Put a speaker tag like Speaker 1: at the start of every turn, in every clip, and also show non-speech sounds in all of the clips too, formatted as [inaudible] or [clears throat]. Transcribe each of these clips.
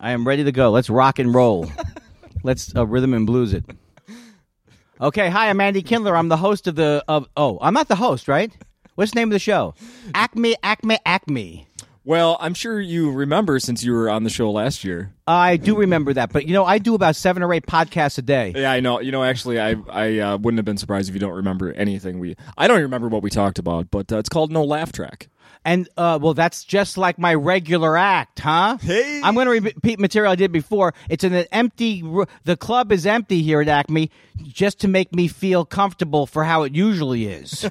Speaker 1: am ready to go. Let's rock and roll. Let's uh, rhythm and blues it. Okay, hi, I'm Andy Kindler. I'm the host of the of oh, I'm not the host, right? What's the name of the show? Acme, Acme, Acme.
Speaker 2: Well, I'm sure you remember since you were on the show last year.
Speaker 1: I do remember that, but you know, I do about seven or eight podcasts a day.
Speaker 2: Yeah, I know. You know, actually, I I uh, wouldn't have been surprised if you don't remember anything we. I don't even remember what we talked about, but uh, it's called No Laugh Track.
Speaker 1: And uh, well, that's just like my regular act, huh?
Speaker 2: Hey.
Speaker 1: I'm going to repeat material I did before. It's in an empty. r- The club is empty here at Acme, just to make me feel comfortable for how it usually
Speaker 2: [laughs]
Speaker 1: is.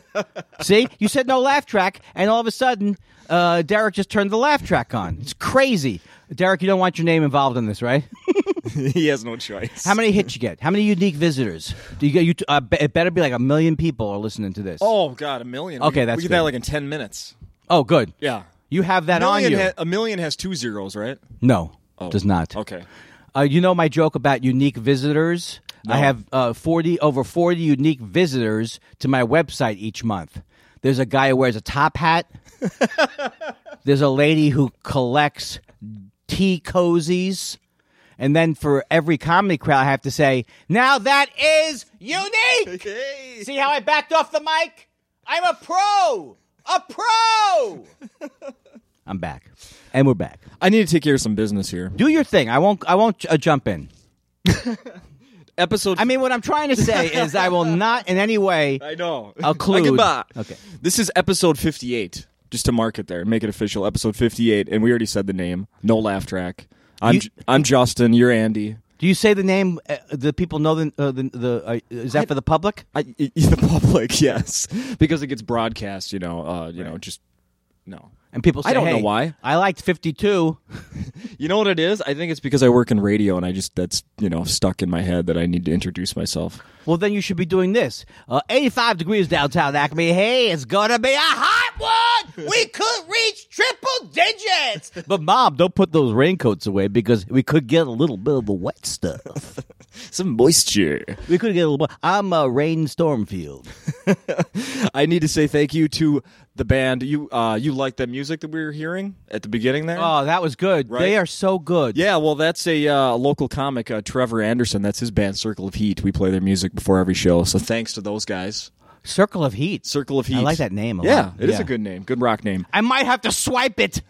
Speaker 1: See, you said no laugh track, and all of a sudden, uh, Derek just turned the laugh track on. It's crazy, Derek. You don't want your name involved in this, right?
Speaker 2: [laughs] he has no choice.
Speaker 1: How many hits you get? How many unique visitors? Do you get? You t- uh, be- it better be like a million people are listening to this.
Speaker 2: Oh God, a million.
Speaker 1: Okay,
Speaker 2: we,
Speaker 1: that's
Speaker 2: we get
Speaker 1: good.
Speaker 2: that like in ten minutes.
Speaker 1: Oh, good.
Speaker 2: Yeah,
Speaker 1: You have that on
Speaker 2: million Oh.
Speaker 1: you.
Speaker 2: ha- a million has two zeros, right?
Speaker 1: no, does not.
Speaker 2: Okay.
Speaker 1: Uh, you know my joke about unique visitors. I have uh, forty over forty unique visitors to my website each month. There's a guy who wears a top hat. There's a lady who collects tea cozies. And then for every comedy crowd, I have to say, now that is
Speaker 2: [laughs]
Speaker 1: unique. See how I backed off the mic? I'm a pro. A pro. I'm back. And we're back.
Speaker 2: I need to take care of some business here.
Speaker 1: Do your thing. I won't. I won't uh, jump in.
Speaker 2: Episode.
Speaker 1: I mean, what I'm trying to
Speaker 2: [laughs]
Speaker 1: say is I will not in any way.
Speaker 2: I know. [laughs]
Speaker 1: I'll clue.
Speaker 2: Goodbye.
Speaker 1: Okay.
Speaker 2: This is episode 58. Just to mark it there, make it official. Episode 58, and we already said the name. No laugh track. I'm
Speaker 1: You-
Speaker 2: J- I'm Justin. You're Andy.
Speaker 1: Do you say the name? Uh, the people know the uh, the, the uh, is that for the public?
Speaker 2: I, i- [laughs] the public, yes, because it gets broadcast. You know, uh, you know, just no.
Speaker 1: And people say,
Speaker 2: I don't know
Speaker 1: "Hey,
Speaker 2: why."
Speaker 1: I liked 52.
Speaker 2: You know what it is? I think it's because I work in radio, and I just that's you know stuck in my head that I need to introduce myself.
Speaker 1: Well, then you should be doing this. Uh, 85 degrees downtown Acme. Hey, it's gonna be a hot one.
Speaker 2: [laughs]
Speaker 1: We could reach triple digits. But mom, don't put those raincoats away because we could get a little bit of the wet stuff.
Speaker 2: Some moisture.
Speaker 1: we could get a little. I'm a rainstorm
Speaker 2: [laughs]
Speaker 1: field.
Speaker 2: I need to say thank you to the band. You uh, you like that music that we were hearing at the beginning there?
Speaker 1: Oh, that was good.
Speaker 2: Right?
Speaker 1: They are so good.
Speaker 2: Yeah, well, that's a uh, local comic, uh, Trevor Anderson. That's his band, Circle of Heat. We play their music before every show, so thanks to those guys.
Speaker 1: Circle of Heat.
Speaker 2: Circle of Heat.
Speaker 1: I like that name a
Speaker 2: yeah,
Speaker 1: lot.
Speaker 2: it is
Speaker 1: Yeah.
Speaker 2: a good name, good rock name.
Speaker 1: I might have to swipe it.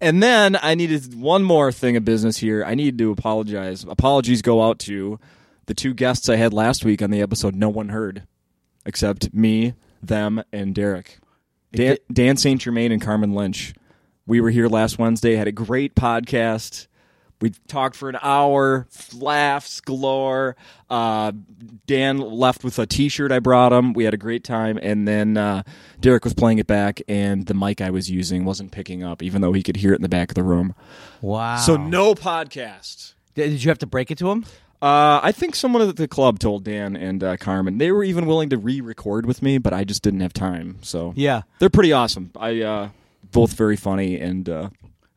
Speaker 2: And then I needed one more thing of business here. I need to apologize. Apologies go out to the two guests I had last week on the episode no one heard, except me, them, and Derek. Dan, Dan St. Germain and Carmen Lynch. We were here last Wednesday, had a great podcast. We talked for an hour, laughs galore. Uh, Dan left with a t shirt I brought him. We had a great time. And then uh, Derek was playing it back, and the mic I was using wasn't picking up, even though he could hear it in the back of the room.
Speaker 1: Wow.
Speaker 2: So, no podcast.
Speaker 1: Did did you have to break it to him?
Speaker 2: Uh, I think someone at the club told Dan and uh, Carmen. They were even willing to re record with me, but I just didn't have time. So,
Speaker 1: Yeah.
Speaker 2: they're pretty awesome. I uh, both very funny and uh,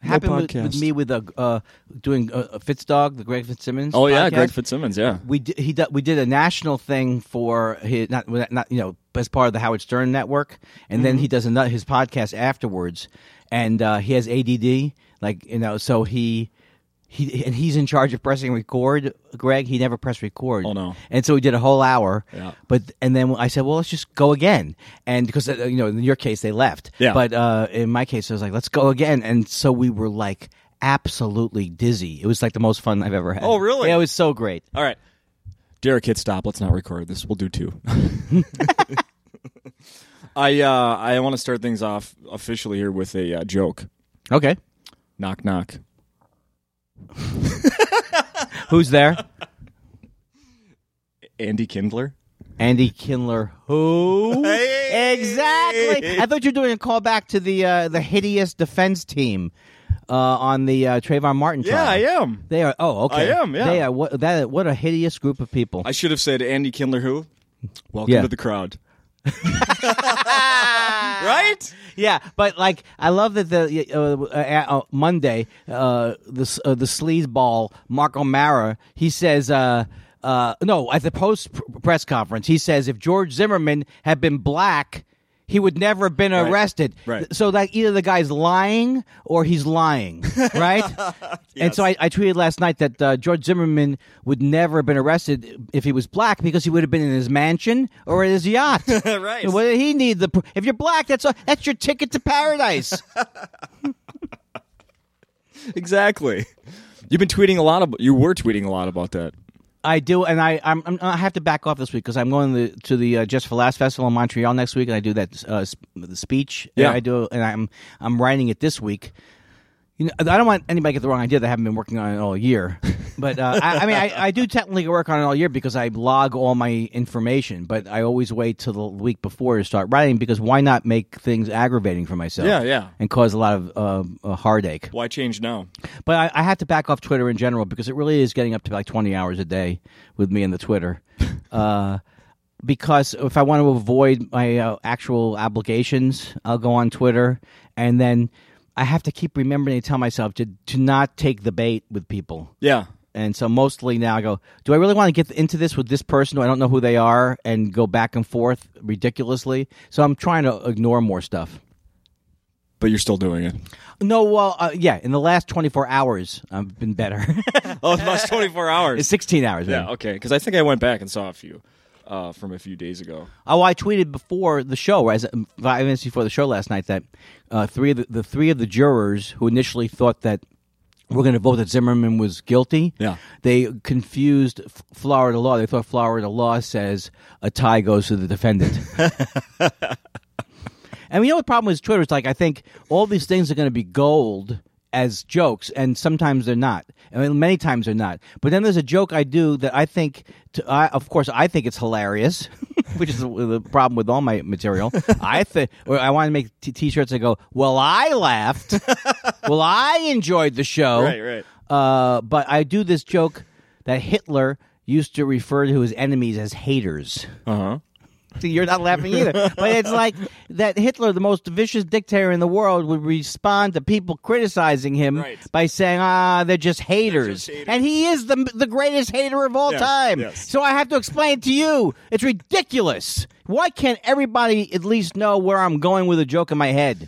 Speaker 2: no
Speaker 1: Happened with,
Speaker 2: podcast.
Speaker 1: with me with a, uh, doing uh, uh, Fitz Dog, the Greg Fitzsimmons.
Speaker 2: Oh yeah,
Speaker 1: podcast.
Speaker 2: Greg Fitzsimmons. Yeah,
Speaker 1: We did, he did, we did a national thing for his not not you know as part of the Howard Stern network, and then
Speaker 2: Mm-hmm.
Speaker 1: he does another, his podcast afterwards, and uh, he has ADD, like you know, so he. He, and he's in charge of pressing record, Greg. He never pressed record.
Speaker 2: Oh, no.
Speaker 1: And so we did a whole hour.
Speaker 2: Yeah.
Speaker 1: But and then I said, well, let's just go again. And because uh, you know, in your case, they left.
Speaker 2: Yeah.
Speaker 1: But uh, in my case, I was like, let's go again. And so we were like absolutely dizzy. It was like the most fun I've ever had.
Speaker 2: Oh, really?
Speaker 1: Yeah, it was so great.
Speaker 2: All right. Derek, hit stop. Let's not record this. We'll do two. [laughs] I uh, I want to start things off officially here with a uh, joke.
Speaker 1: Okay.
Speaker 2: Knock knock.
Speaker 1: Who's there?
Speaker 2: Andy Kindler.
Speaker 1: Andy Kindler. Who?
Speaker 2: Hey!
Speaker 1: Exactly. I thought you were doing a callback to the uh, the hideous defense team uh, on the uh, Trayvon Martin trial.
Speaker 2: Yeah, I am.
Speaker 1: They are. Oh, okay.
Speaker 2: I am, yeah.
Speaker 1: They are. What, that, what a hideous group of people.
Speaker 2: I should have said Andy Kindler. Who? Welcome
Speaker 1: Yeah.
Speaker 2: to the crowd. [laughs] right?
Speaker 1: yeah, but like, I love that the uh, uh, uh, Monday, uh, the uh, the sleazeball Mark O'Mara, he says. Uh, uh, no, at the post pr- press conference, he says if George Zimmerman had been black, He would never have been arrested.
Speaker 2: Right.
Speaker 1: So like either the guy's lying or he's
Speaker 2: [laughs]
Speaker 1: lying, right? And so I, I tweeted last night that uh, George Zimmerman would never have been arrested if he was black because he would have been in his mansion or in his yacht.
Speaker 2: [laughs] Right.
Speaker 1: What did he need? The pr- if you're black, that's a, that's your ticket to paradise.
Speaker 2: Exactly. You've been tweeting a lot about. You were tweeting a lot about that.
Speaker 1: [laughs] I do, and I I'm, I'm, I have to back off this week because I'm going to the, to the uh, Just for Last festival in Montreal next week, and I do that uh, sp- the speech.
Speaker 2: Yeah.
Speaker 1: I do, and I'm I'm writing it this week. You know, I don't want anybody to get the wrong idea that I haven't been working on it all [laughs] year. But uh, I, I mean, I, I do technically work on it all year because I log all my information. But I always wait till the week before to start writing because why not make things aggravating for myself?
Speaker 2: Yeah, yeah.
Speaker 1: and cause a lot of uh, uh, heartache.
Speaker 2: Why change now?
Speaker 1: But I, I have to back off Twitter in general because it really is getting up to like 20 hours a day with me and the Twitter. uh, because if I want to avoid my uh, actual obligations, I'll go on Twitter. And then I have to keep remembering to tell myself to, to not take the bait with people.
Speaker 2: Yeah.
Speaker 1: And so mostly now I go, do I really want to get into this with this person who I don't know who they are and go back and forth ridiculously? So I'm trying to ignore more stuff.
Speaker 2: But you're still doing it.
Speaker 1: No, well, uh, yeah, in the last 24 hours, I've been better.
Speaker 2: [laughs]
Speaker 1: [laughs]
Speaker 2: Oh, it's last 24
Speaker 1: It's
Speaker 2: hours.
Speaker 1: 16 hours. man.
Speaker 2: yeah. Okay. Because I think I went back and saw a few uh, from a few days ago.
Speaker 1: Oh, I tweeted before the show, as five minutes before the show last night, that uh, three of the, the three of the jurors who initially thought that we're going to vote that Zimmerman was guilty,
Speaker 2: Yeah.
Speaker 1: they confused F- Florida law. They thought Florida law says a tie goes to the defendant. and we know the problem with Twitter is like I think all these things are going to be gold as jokes, and sometimes they're not. I mean, many times they're not. But then there's a joke I do that I think, to, I, of course, I think it's hilarious, [laughs] which is the, the problem with all my material. [laughs] I think I want to make t- t-shirts that go, "Well, I laughed. [laughs] well, I enjoyed the show."
Speaker 2: Right, right.
Speaker 1: Uh, but I do this joke that Hitler used to refer to his enemies as haters.
Speaker 2: Uh huh.
Speaker 1: See, [laughs] You're not laughing either. But it's like that Hitler, the most vicious dictator in the world, would respond to people criticizing him
Speaker 2: Right.
Speaker 1: by saying, "Ah, they're just haters.
Speaker 2: haters.
Speaker 1: And he is the the greatest hater of all
Speaker 2: Yes,
Speaker 1: time.
Speaker 2: yes.
Speaker 1: So I have to explain to you, it's ridiculous. Why can't everybody at least know where I'm going with a joke in my head?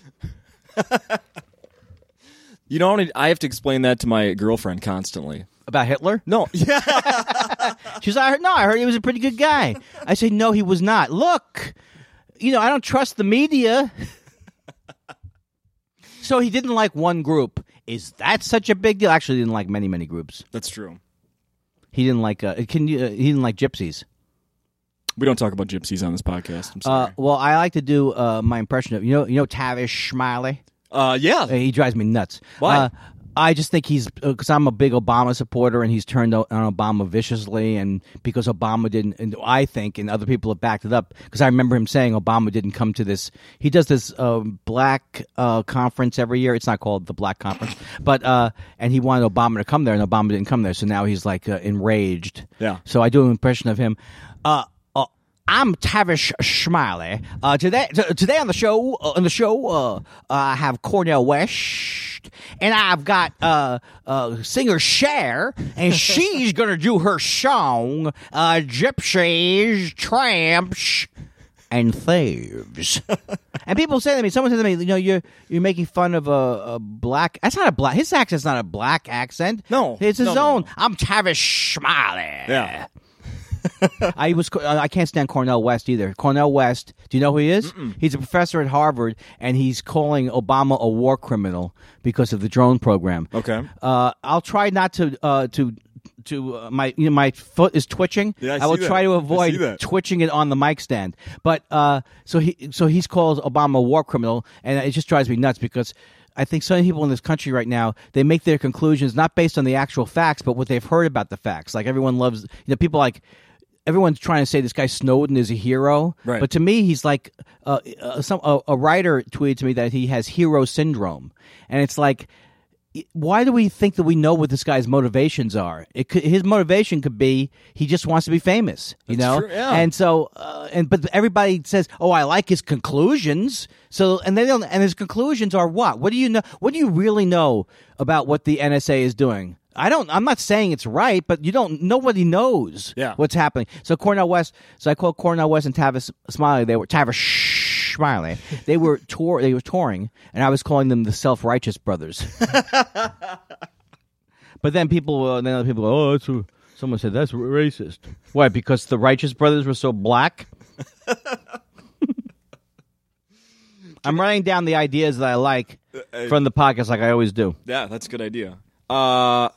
Speaker 2: You know, I have to explain that to my girlfriend constantly.
Speaker 1: About Hitler?
Speaker 2: No. [laughs] Yeah.
Speaker 1: She's like, no, I heard he was a pretty good guy. I say, no, he was not. Look, you know, I don't trust the media. [laughs] so he didn't like one group. Is that such a big deal? Actually, he didn't like many, many groups.
Speaker 2: That's true.
Speaker 1: He didn't like. Uh, can you? Uh, he didn't like gypsies.
Speaker 2: We don't talk about gypsies on this podcast. I'm
Speaker 1: Uh,
Speaker 2: sorry.
Speaker 1: well, I like to do uh, my impression of you know, you know, Tavish Smiley.
Speaker 2: Uh, yeah.
Speaker 1: He drives me nuts.
Speaker 2: Why?
Speaker 1: Uh, I just think he's because I'm a big Obama supporter, and he's turned o- on Obama viciously, and because Obama didn't, and I think, and other people have backed it up. Because I remember him saying Obama didn't come to this. He does this uh, black uh, conference every year. It's not called the Black Conference, but uh, and he wanted Obama to come there, and Obama didn't come there, so now he's like uh, enraged.
Speaker 2: Yeah.
Speaker 1: So I do an impression of him. Uh, uh, I'm Tavish Smiley. Uh, today, t- today on the show, uh, on the show, uh, I have Cornell West, and I've got uh, uh, singer Cher,
Speaker 2: [laughs]
Speaker 1: and she's gonna do her song, uh, "Gypsies, Tramps." and
Speaker 2: [laughs]
Speaker 1: thieves. and people say to me, someone said to me, you know, you're you're making fun of a, a black. That's not a black. His accent's not a black accent.
Speaker 2: No.
Speaker 1: it's his
Speaker 2: No, no,
Speaker 1: own. I'm Tavish Smiley.
Speaker 2: Yeah.
Speaker 1: [laughs] I was uh, I can't stand Cornell West either. Cornell West, do you know who he is? He's a professor at Harvard, and he's calling Obama a war criminal because of the drone program.
Speaker 2: Okay.
Speaker 1: Uh, I'll try not to uh, to to uh, my you know my foot is twitching.
Speaker 2: Yeah, I
Speaker 1: I will
Speaker 2: see that.
Speaker 1: try to
Speaker 2: I see
Speaker 1: avoid
Speaker 2: that.
Speaker 1: twitching it on the mic stand. But uh, so he so he's called Obama a war criminal, and it just drives me nuts because. I think so many people in this country right now they make their conclusions not based on the actual facts, but what they've heard about the facts. Like everyone loves, you know, people like everyone's trying to say this guy Snowden is a hero,
Speaker 2: Right.
Speaker 1: but to me, he's like uh, uh, some a, a writer tweeted to me that he has hero syndrome, and it's like why do we think that we know what this guy's motivations are? It could, his motivation could be he just wants to be famous, you know.
Speaker 2: true, yeah.
Speaker 1: And so, uh, and but everybody says, "Oh, I like his conclusions." So, and they don't. And his conclusions are what? What do you know? What do you really know about what the NSA is doing? I don't. I'm not saying it's right, but you don't. Nobody knows
Speaker 2: Yeah.
Speaker 1: what's happening. So Cornell West. So I called Cornell West and Tavis Smiley. They were Tavis Schmiley. They were tour. They were touring, and I was calling them the Self Righteous Brothers. but then people, uh, then other people, go, oh, that's a, someone said that's racist. Why? Because the Righteous Brothers were so [laughs] black. I'm writing down the ideas that I like from the podcast, like I always do.
Speaker 2: Yeah, that's a good idea. Uh,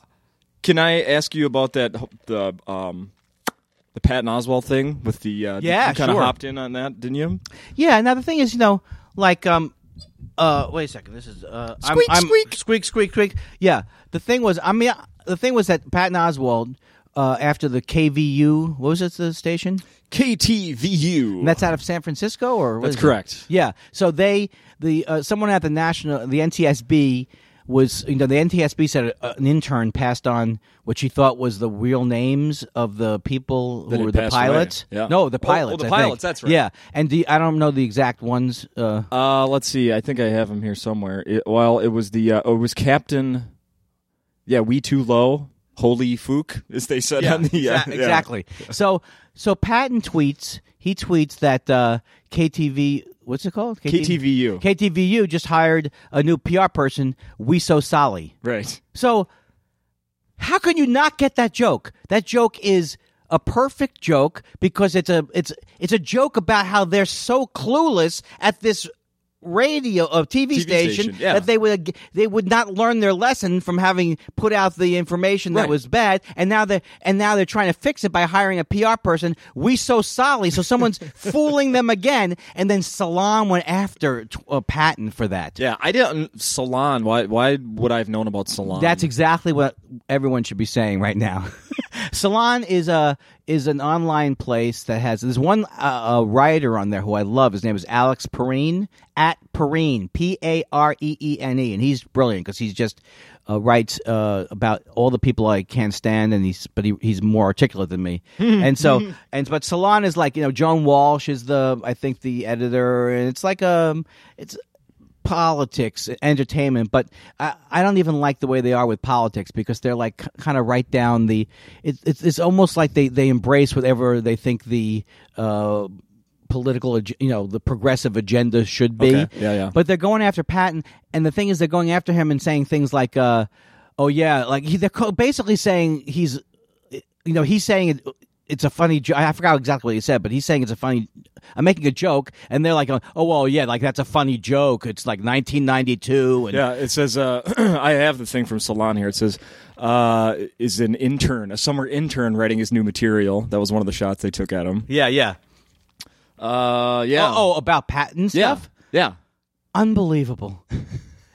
Speaker 2: can I ask you about that the um the Patton Oswald thing with the uh,
Speaker 1: Yeah,
Speaker 2: you kind of
Speaker 1: sure.
Speaker 2: hopped in on that, didn't you?
Speaker 1: Yeah. Now the thing is, you know, like, um, uh, wait a second. This is uh,
Speaker 2: Squeak,
Speaker 1: I'm, I'm,
Speaker 2: squeak.
Speaker 1: squeak, squeak, squeak. Yeah. The thing was, I mean, the thing was that Patton Oswald, uh, after the KVU, what was it? The station
Speaker 2: KTVU.
Speaker 1: And that's out of San Francisco, or what
Speaker 2: That's
Speaker 1: is it?
Speaker 2: correct.
Speaker 1: Yeah. So they, the uh, someone at the national, the NTSB was, you know, the NTSB said uh, an intern passed on what she thought was the real names of the people who
Speaker 2: That had
Speaker 1: were the
Speaker 2: passed away.
Speaker 1: pilots.
Speaker 2: Yeah.
Speaker 1: No, the
Speaker 2: Oh, oh,
Speaker 1: pilots.
Speaker 2: the
Speaker 1: I think.
Speaker 2: pilots, that's right.
Speaker 1: Yeah, and the, I don't know the exact ones. Uh,
Speaker 2: Uh, let's see. I think I have him here somewhere. It, well, it was the uh, oh, it was Captain. Yeah, we too low. Holy fook, as they said on the uh,
Speaker 1: Exa-
Speaker 2: [laughs] yeah.
Speaker 1: exactly. So, so Patton tweets. He tweets that uh, KTV. What's it called?
Speaker 2: KTVU.
Speaker 1: KTVU just hired a new PR person, Wiso Sali.
Speaker 2: Right.
Speaker 1: So, how can you not get that joke? That joke is a perfect joke because it's a it's it's a joke about how they're so clueless at this radio uh, TV, station,
Speaker 2: station, yeah.
Speaker 1: that they would they would not learn their lesson from having put out the information that
Speaker 2: Right.
Speaker 1: was bad and now they and now they're trying to fix it by hiring a PR person we so solly so someone's
Speaker 2: [laughs]
Speaker 1: fooling them again and then Salam went after t- uh, Patton for that
Speaker 2: Yeah, I didn't Salon. Why? Why would I have known about Salon?
Speaker 1: That's exactly what everyone should be saying right now. [laughs] Salon is a is an online place that has there's one uh, uh, writer on there who I love. His name is Alex Perrine at Perrine P A R E E N E, and he's brilliant because he's just uh, writes uh, about all the people I can't stand, and he's but he, he's more articulate than me, and so and but Salon is like you know Joan Walsh is the I think the editor, and it's like um it's politics, entertainment, but I, I don't even like the way they are with politics because they're like kind of right down the. It's it's it's almost like they they embrace whatever they think the. Uh, political ag- you know the progressive agenda should be
Speaker 2: Okay. Yeah, yeah.
Speaker 1: but they're going after patton and the thing is they're going after him and saying things like uh oh yeah like he, they're co- basically saying he's you know, he's saying it, it's a funny joke. I forgot exactly what he said, but he's saying it's a funny. I'm making a joke, and they're like, "Oh, well, yeah, like that's a funny joke." It's like 1992, and
Speaker 2: Yeah, it says uh, [clears throat] I have the thing from Salon here. It says uh, is an intern, a summer intern, writing his new material. That was one of the shots they took at him.
Speaker 1: yeah, yeah.
Speaker 2: Uh, yeah.
Speaker 1: Oh, oh, about patent
Speaker 2: yeah,
Speaker 1: stuff.
Speaker 2: yeah.
Speaker 1: Unbelievable.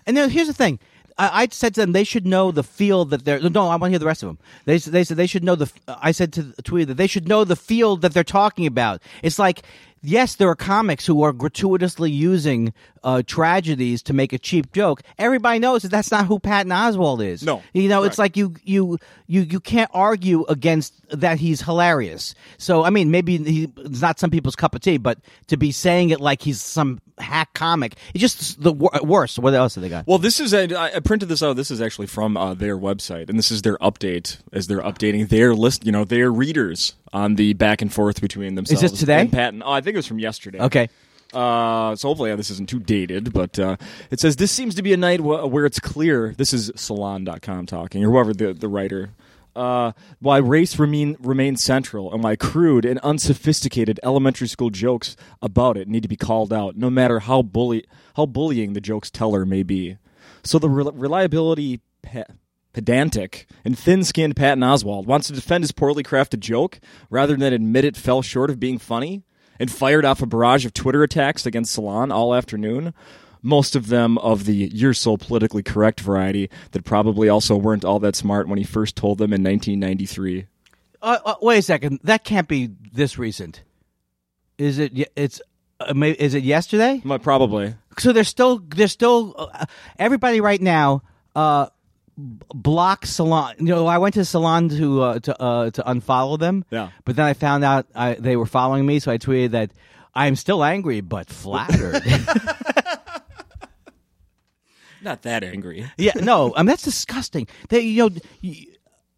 Speaker 1: and then here's the thing. I, I said to them they should know the field that they're. No, I want to hear the rest of them. They s- they said they should know the. f- I said to Tweety that they should know the field that they're talking about. It's like. Yes, there are comics who are gratuitously using uh, tragedies to make a cheap joke. Everybody knows that that's not who Patton Oswald is.
Speaker 2: No,
Speaker 1: you know, it's like you you you you can't argue against that he's hilarious. So I mean, maybe he, it's not some people's cup of tea, but to be saying it like he's some hack comic, it's just the wor- worst. What else have they got?
Speaker 2: Well, this is I, I printed this out. This is actually from uh, their website, and this is their update as they're updating their list. You know, their readers on the back and forth between themselves.
Speaker 1: today?
Speaker 2: and Patton. Oh, I think it was from yesterday.
Speaker 1: Okay.
Speaker 2: Uh, so hopefully uh, this isn't too dated, but uh, it says this seems to be a night wh- where it's clear. This is Salon.com talking, or whoever the the writer. Uh, why race remain remains central, and why crude and unsophisticated elementary school jokes about it need to be called out, no matter how bully how bullying the joke's teller may be. So the rel reliability pe- pedantic and thin-skinned Patton Oswald wants to defend his poorly crafted joke rather than admit it fell short of being funny and fired off a barrage of Twitter attacks against Salon all afternoon. Most of them of the you're so politically correct variety that probably also weren't all that smart when he first told them in 1993.
Speaker 1: Uh, uh, wait a second. That can't be this recent. Is it? ye- It's. Uh, may- is it yesterday?
Speaker 2: Well, Probably.
Speaker 1: So they're still. They're still. Uh, everybody right now. Uh, b- block salon. You know, I went to salon to uh, to uh, to unfollow them.
Speaker 2: Yeah.
Speaker 1: But then I found out I, they were following me, so I tweeted that I'm still angry but flattered.
Speaker 2: Not that angry.
Speaker 1: yeah. No. I mean that's disgusting. They you know, y-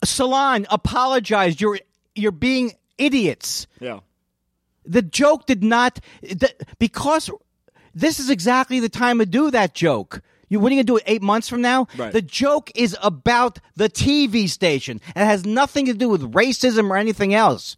Speaker 1: salon apologized. You're you're being idiots.
Speaker 2: Yeah.
Speaker 1: The joke did not the, because This is exactly the time to do that joke. You, what are you going to do it eight months from now?
Speaker 2: Right.
Speaker 1: The joke is about the TV station. It has nothing to do with racism or anything else.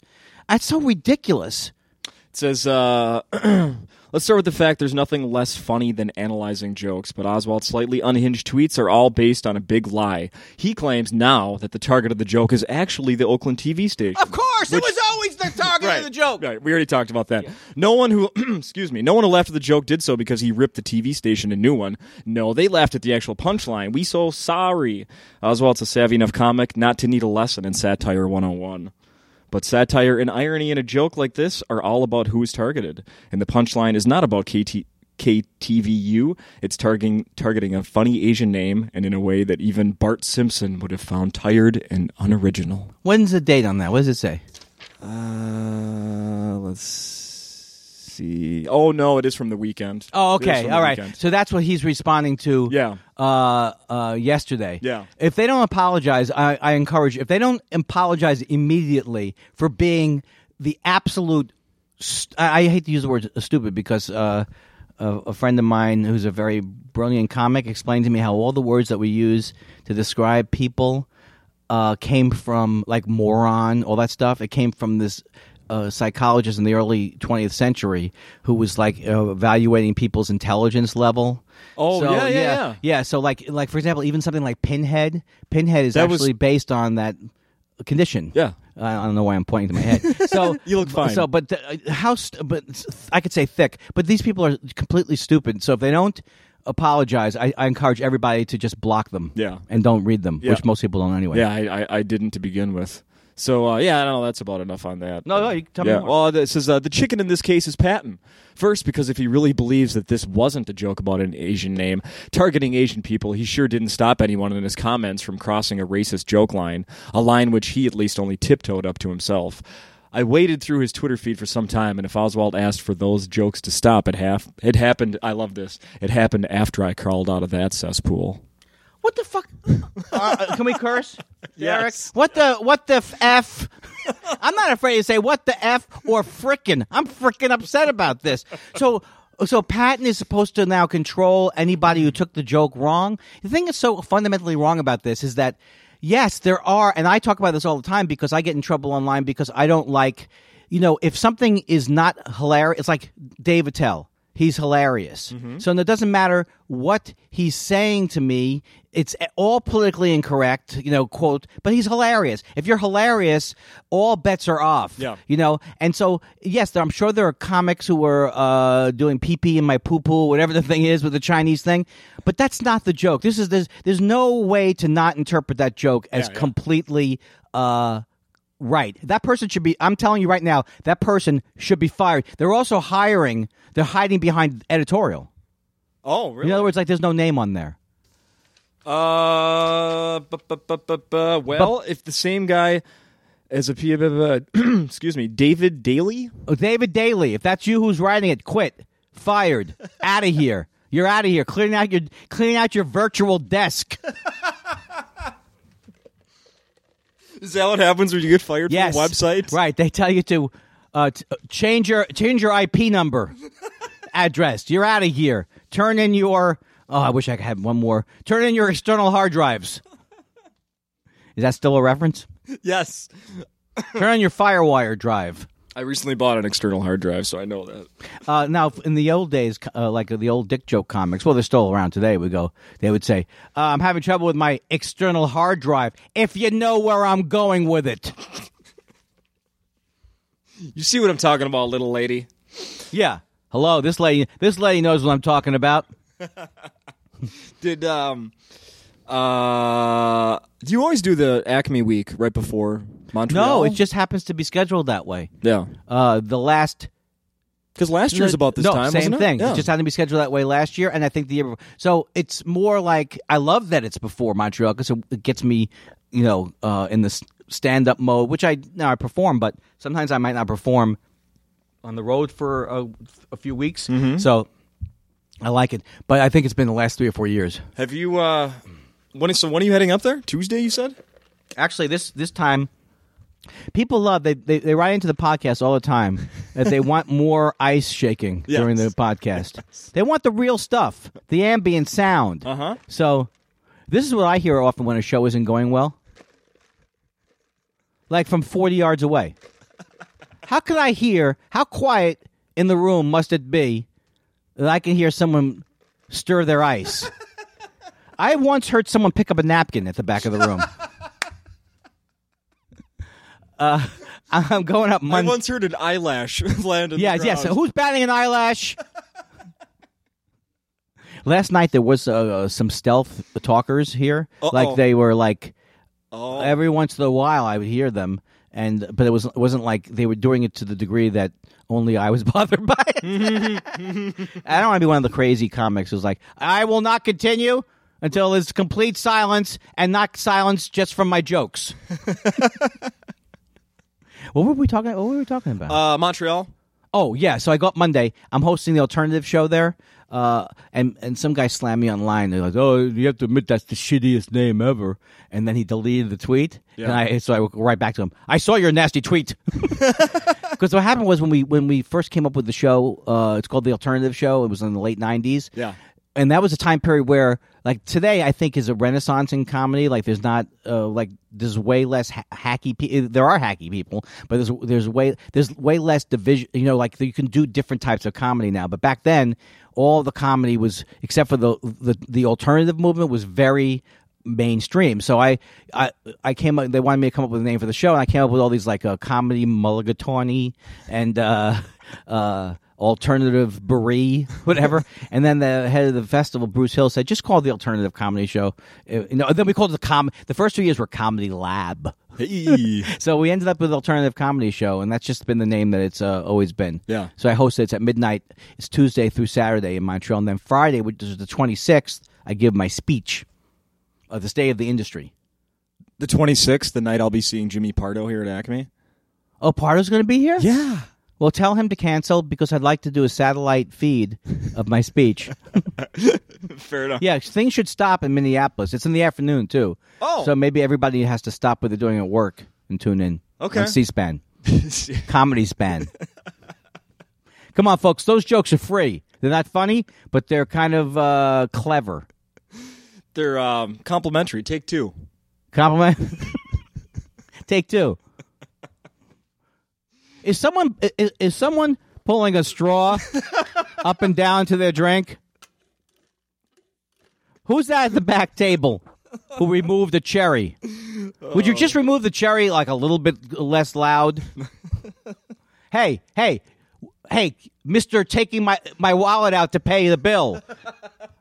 Speaker 1: That's so ridiculous.
Speaker 2: It says, uh, [clears throat] let's start with the fact there's nothing less funny than analyzing jokes, but Oswald's slightly unhinged tweets are all based on a big lie. He claims now that the target of the joke is actually the Oakland TV station.
Speaker 1: Of course, it was always the target of the joke.
Speaker 2: Right. We already talked about that. No one who, [clears throat] excuse me, no one who laughed at the joke did so because he ripped the TV station a new one. No, they laughed at the actual punchline. We so sorry. Oswald's a savvy enough comic not to need a lesson in satire 101. But satire and irony in a joke like this are all about who is targeted. And the punchline is not about KT, KTVU. It's targeting, targeting a funny Asian name and in a way that even Bart Simpson would have found tired and unoriginal.
Speaker 1: When's the date on that? What does it say?
Speaker 2: Uh, let's see. Oh no, it is from the weekend.
Speaker 1: Oh,
Speaker 2: It is
Speaker 1: okay.
Speaker 2: from the
Speaker 1: All right.
Speaker 2: weekend.
Speaker 1: So that's what he's responding to.
Speaker 2: Yeah.
Speaker 1: Uh, uh, yesterday.
Speaker 2: Yeah.
Speaker 1: If they don't apologize, I, I encourage. If they don't apologize immediately for being the absolute, st- I, I hate to use the word stupid because uh, a, a friend of mine who's a very brilliant comic explained to me how all the words that we use to describe people uh, came from like moron, all that stuff. It came from this uh, psychologist in the early 20th century who was like uh, evaluating people's intelligence level.
Speaker 2: Oh,
Speaker 1: So,
Speaker 2: yeah, yeah,
Speaker 1: yeah,
Speaker 2: yeah.
Speaker 1: So like, like for example, even something like Pinhead. Pinhead is
Speaker 2: That was-
Speaker 1: actually based on that condition.
Speaker 2: Yeah.
Speaker 1: I I don't know why I'm pointing to my head. So
Speaker 2: [laughs] You look fine.
Speaker 1: So, but uh, how? St- but s- I could say thick. But these people are completely stupid. So if they don't apologize, I, I encourage everybody to just block them.
Speaker 2: Yeah.
Speaker 1: And don't read them,
Speaker 2: Yeah.
Speaker 1: which most people don't anyway.
Speaker 2: Yeah, I, I, I didn't to begin with. So uh, yeah, I don't know. That's about enough on that.
Speaker 1: No, no, you can tell me
Speaker 2: Yeah,
Speaker 1: more.
Speaker 2: Well, this is uh, the chicken in this case is Patton. First, because if he really believes that this wasn't a joke about an Asian name targeting Asian people, he sure didn't stop anyone in his comments from crossing a racist joke line, a line which he at least only tiptoed up to himself. I waited through his Twitter feed for some time, and if Oswald asked for those jokes to stop, it half it happened. I love this. It happened after I crawled out of that cesspool.
Speaker 1: What the fuck? Uh, can we curse? [laughs]
Speaker 2: Yes.
Speaker 1: Derek? What the what the f? f? I'm not afraid to say what the f or frickin'. I'm frickin' upset about this. So so Patton is supposed to now control anybody who took the joke wrong. The thing that's so fundamentally wrong about this is that yes, there are, and I talk about this all the time because I get in trouble online because I don't like, you know, if something is not hilarious, it's like Dave Attell. He's hilarious. So it doesn't matter what he's saying to me. It's all politically incorrect, you know, quote, but he's hilarious. If you're hilarious, all bets are off.
Speaker 2: Yeah.
Speaker 1: You know, and so, yes, there, I'm sure there are comics who are uh, doing pee pee in my poo poo, whatever the thing is with the Chinese thing, but that's not the joke. This is this, there's no way to not interpret that joke as
Speaker 2: Yeah, yeah.
Speaker 1: completely. Uh, Right. That person should be. I'm telling you right now, that person should be fired. They're also hiring. They're hiding behind editorial.
Speaker 2: Oh, really?
Speaker 1: In other words, like there's no name on there.
Speaker 2: Uh, bu- bu- bu- bu- bu- well, if the same guy as a P- bu- bu- [clears throat] excuse me, David Daly.
Speaker 1: Oh, David Daly, if that's you who's writing it, quit. Fired. out of here. You're out of here. Clearing out your cleaning out your virtual desk.
Speaker 2: Is that what happens when you get fired
Speaker 1: Yes.
Speaker 2: from a website?
Speaker 1: Right. They tell you to uh, t- uh, change your change your IP number address. You're out of here. Turn in your. Oh, I wish I could have one more. Turn in your external hard drives. Is that still a reference?
Speaker 2: [laughs] Yes.
Speaker 1: Turn on your FireWire drive.
Speaker 2: I recently bought an external hard drive, so I know that.
Speaker 1: Uh, now, in the old days, uh, like the old dick joke comics, well, they're still around today. We go, they would say, uh, "I'm having trouble with my external hard drive." If you know where I'm going with it,
Speaker 2: You see what I'm talking about, little lady?
Speaker 1: yeah. Hello, this lady. This lady knows what I'm talking about.
Speaker 2: Did um, uh, do you always do the Acme week right before Montreal?
Speaker 1: No, it just happens to be scheduled that way.
Speaker 2: yeah.
Speaker 1: Uh, the last
Speaker 2: Because last year was about this
Speaker 1: no,
Speaker 2: time.
Speaker 1: same
Speaker 2: wasn't it?
Speaker 1: thing.
Speaker 2: Yeah.
Speaker 1: It just happened to be scheduled that way last year, and I think the year before. So it's more like I love that it's before Montreal because it, it gets me, you know, uh, in the stand up mode, which I now I perform, but sometimes I might not perform on the road for a, a few weeks.
Speaker 2: Mm-hmm.
Speaker 1: So I like it, but I think it's been the last three or four years.
Speaker 2: Have you uh, when? So when are you heading up there? Tuesday, you said.
Speaker 1: Actually, this this time People love they, they they write into the podcast all the time that they want more ice shaking
Speaker 2: [laughs] Yes.
Speaker 1: during the podcast. They want the real stuff, the ambient sound.
Speaker 2: Uh-huh.
Speaker 1: So this is what I hear often when a show isn't going well. Like from 40 yards away. How could I hear how quiet in the room must it be that I can hear someone stir their ice? I once heard someone pick up a napkin at the back of the room. Uh, [laughs] I'm going up
Speaker 2: I
Speaker 1: Monday.
Speaker 2: once heard an eyelash [laughs] land in
Speaker 1: Yes,
Speaker 2: the
Speaker 1: yes.
Speaker 2: ground.
Speaker 1: Who's batting an eyelash? Last night there was uh, uh, some stealth talkers here.
Speaker 2: Uh-oh.
Speaker 1: Like they were like
Speaker 2: Oh,
Speaker 1: every once in a while I would hear them, and but it was it wasn't like they were doing it to the degree that only I was [laughs] bothered by it.
Speaker 2: [laughs]
Speaker 1: I don't want to be one of the crazy comics who's like, I will not continue until there's complete silence and not silence just from my
Speaker 2: [laughs]
Speaker 1: jokes. what were we talking? What were we talking about?
Speaker 2: uh, Montreal.
Speaker 1: Oh yeah, so I go up Monday. I'm hosting the alternative show there, uh, and and some guy slammed me online. They're like, "Oh, you have to admit that's the shittiest name ever." And then he deleted the tweet, and I so I went right back to him. I saw your nasty tweet. Because what happened was when we when we first came up with the show, uh, it's called the alternative show. It was in the late '90s.
Speaker 2: Yeah.
Speaker 1: and that was a time period where like today I think is a renaissance in comedy. Like there's not uh, like there's way less ha- hacky. Pe- eh, there are hacky people, but there's there's way there's way less division. You know, like you can do different types of comedy now. But back then, all the comedy was except for the the the alternative movement was very mainstream. So I, I, I came up. They wanted me to come up with a name for the show, and I came up with all these like uh, comedy mulligatawny and uh, [laughs] uh, alternative brie, [laughs] whatever. and then the head of the festival, Bruce Hill, said, "Just call it the alternative comedy show." Uh, You know, and then we called it the com. The first two years were Comedy Lab.
Speaker 2: Hey. [laughs]
Speaker 1: So we ended up with alternative comedy show, and that's just been the name that it's uh, always been.
Speaker 2: Yeah.
Speaker 1: So I host it. It's at midnight. It's Tuesday through Saturday in Montreal, and then Friday, which is the twenty sixth, I give my speech of the state of the industry.
Speaker 2: the 26th, the night I'll be seeing Jimmy Pardo here at Acme.
Speaker 1: Oh, Pardo's going to be here.
Speaker 2: Yeah.
Speaker 1: Well, tell him to cancel because I'd like to do a satellite feed of my
Speaker 2: [laughs]
Speaker 1: speech.
Speaker 2: Fair enough.
Speaker 1: yeah, things should stop in Minneapolis. It's in the afternoon too.
Speaker 2: Oh.
Speaker 1: So maybe everybody has to stop what they're doing at work and tune in.
Speaker 2: Okay.
Speaker 1: On C-SPAN. comedy span. Come on, folks. Those jokes are free. They're not funny, but they're kind of uh, clever.
Speaker 2: [laughs] They're um, complimentary. Take two.
Speaker 1: Compliment. [laughs] Take two. Is someone i- i- is someone pulling a straw up and down to their drink? Who's that at the back table who removed a cherry? Would you just remove the cherry like a little bit less loud? hey, hey, hey, Mister, taking my my wallet out to pay the bill.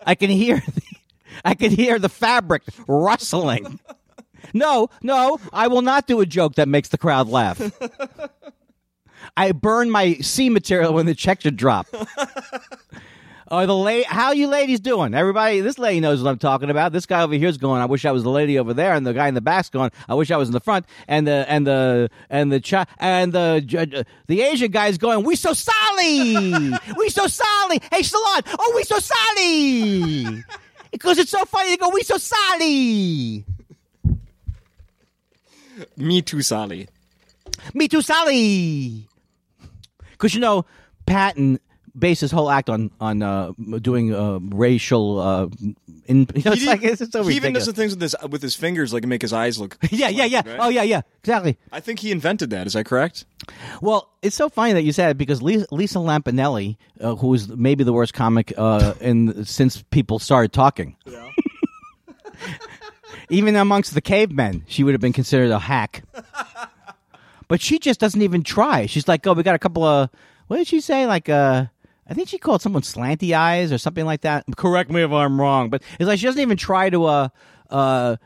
Speaker 1: I can hear the, I can hear the fabric rustling. No, no, I will not do a joke that makes the crowd laugh. I burn my C material when the check should drop. Oh, the la- how you ladies doing? Everybody, this lady knows what I'm talking about. This guy over here's going, I wish I was the lady over there, and the guy in the back's going, I wish I was in the front, and the and the and the chi- and the ju- uh, the Asian guy's going, we so sorry, we so sorry. Hey, Salon, oh, we so sorry, because it's so funny. They go, we so sorry.
Speaker 2: Me too, Sally.
Speaker 1: Me too, Sally. Because you know, Patton based his whole act on on uh, m- doing uh, racial. Uh, in, [laughs] you know, it's
Speaker 2: He-
Speaker 1: like it's, it's so
Speaker 2: he even
Speaker 1: ridiculous.
Speaker 2: does the things with his with his fingers, like make his eyes [laughs] look.
Speaker 1: Yeah, yeah, yeah.
Speaker 2: Right?
Speaker 1: Oh, yeah, yeah. Exactly.
Speaker 2: I think he invented that. Is that correct?
Speaker 1: Well, it's so funny that you said it because Lisa, Lisa Lampanelli, uh, who is maybe the worst comic uh, in since people started talking. [laughs] even amongst the cavemen, she would have been considered a hack. but she just doesn't even try. She's like, "Oh, we got a couple of what did she say? Like, uh, I think she called someone slanty eyes or something like that. Correct me if I'm wrong, but it's like she doesn't even try to uh uh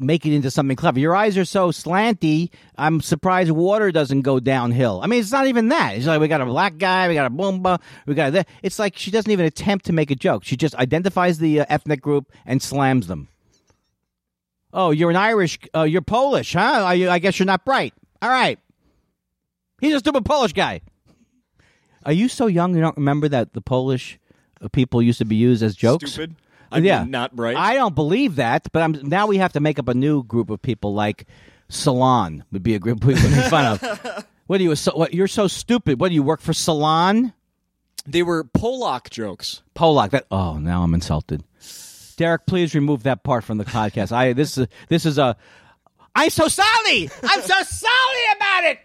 Speaker 1: make it into something clever. Your eyes are so slanty. I'm surprised water doesn't go downhill. I mean, it's not even that. It's like we got a black guy, we got a boomba, we got that. It's like she doesn't even attempt to make a joke. She just identifies the uh, ethnic group and slams them. Oh, you're an Irish. Uh, you're Polish, huh? I, I guess you're not bright. All right. He's a stupid Polish guy. Are you so young you don't remember that the Polish uh, people used to be used as jokes?
Speaker 2: Stupid. I mean,
Speaker 1: yeah,
Speaker 2: Not bright.
Speaker 1: I don't believe that, but I'm now we have to make up a new group of people like Salon would be a group we would make fun
Speaker 2: [laughs]
Speaker 1: of. What are you? So, what, you're so stupid. What do you work for? Salon?
Speaker 2: They were Pollock jokes.
Speaker 1: Pollock. That. Oh, now I'm insulted. Derek, please remove that part from the podcast. I. This is. This is a. I'm so sorry. I'm so sorry about it.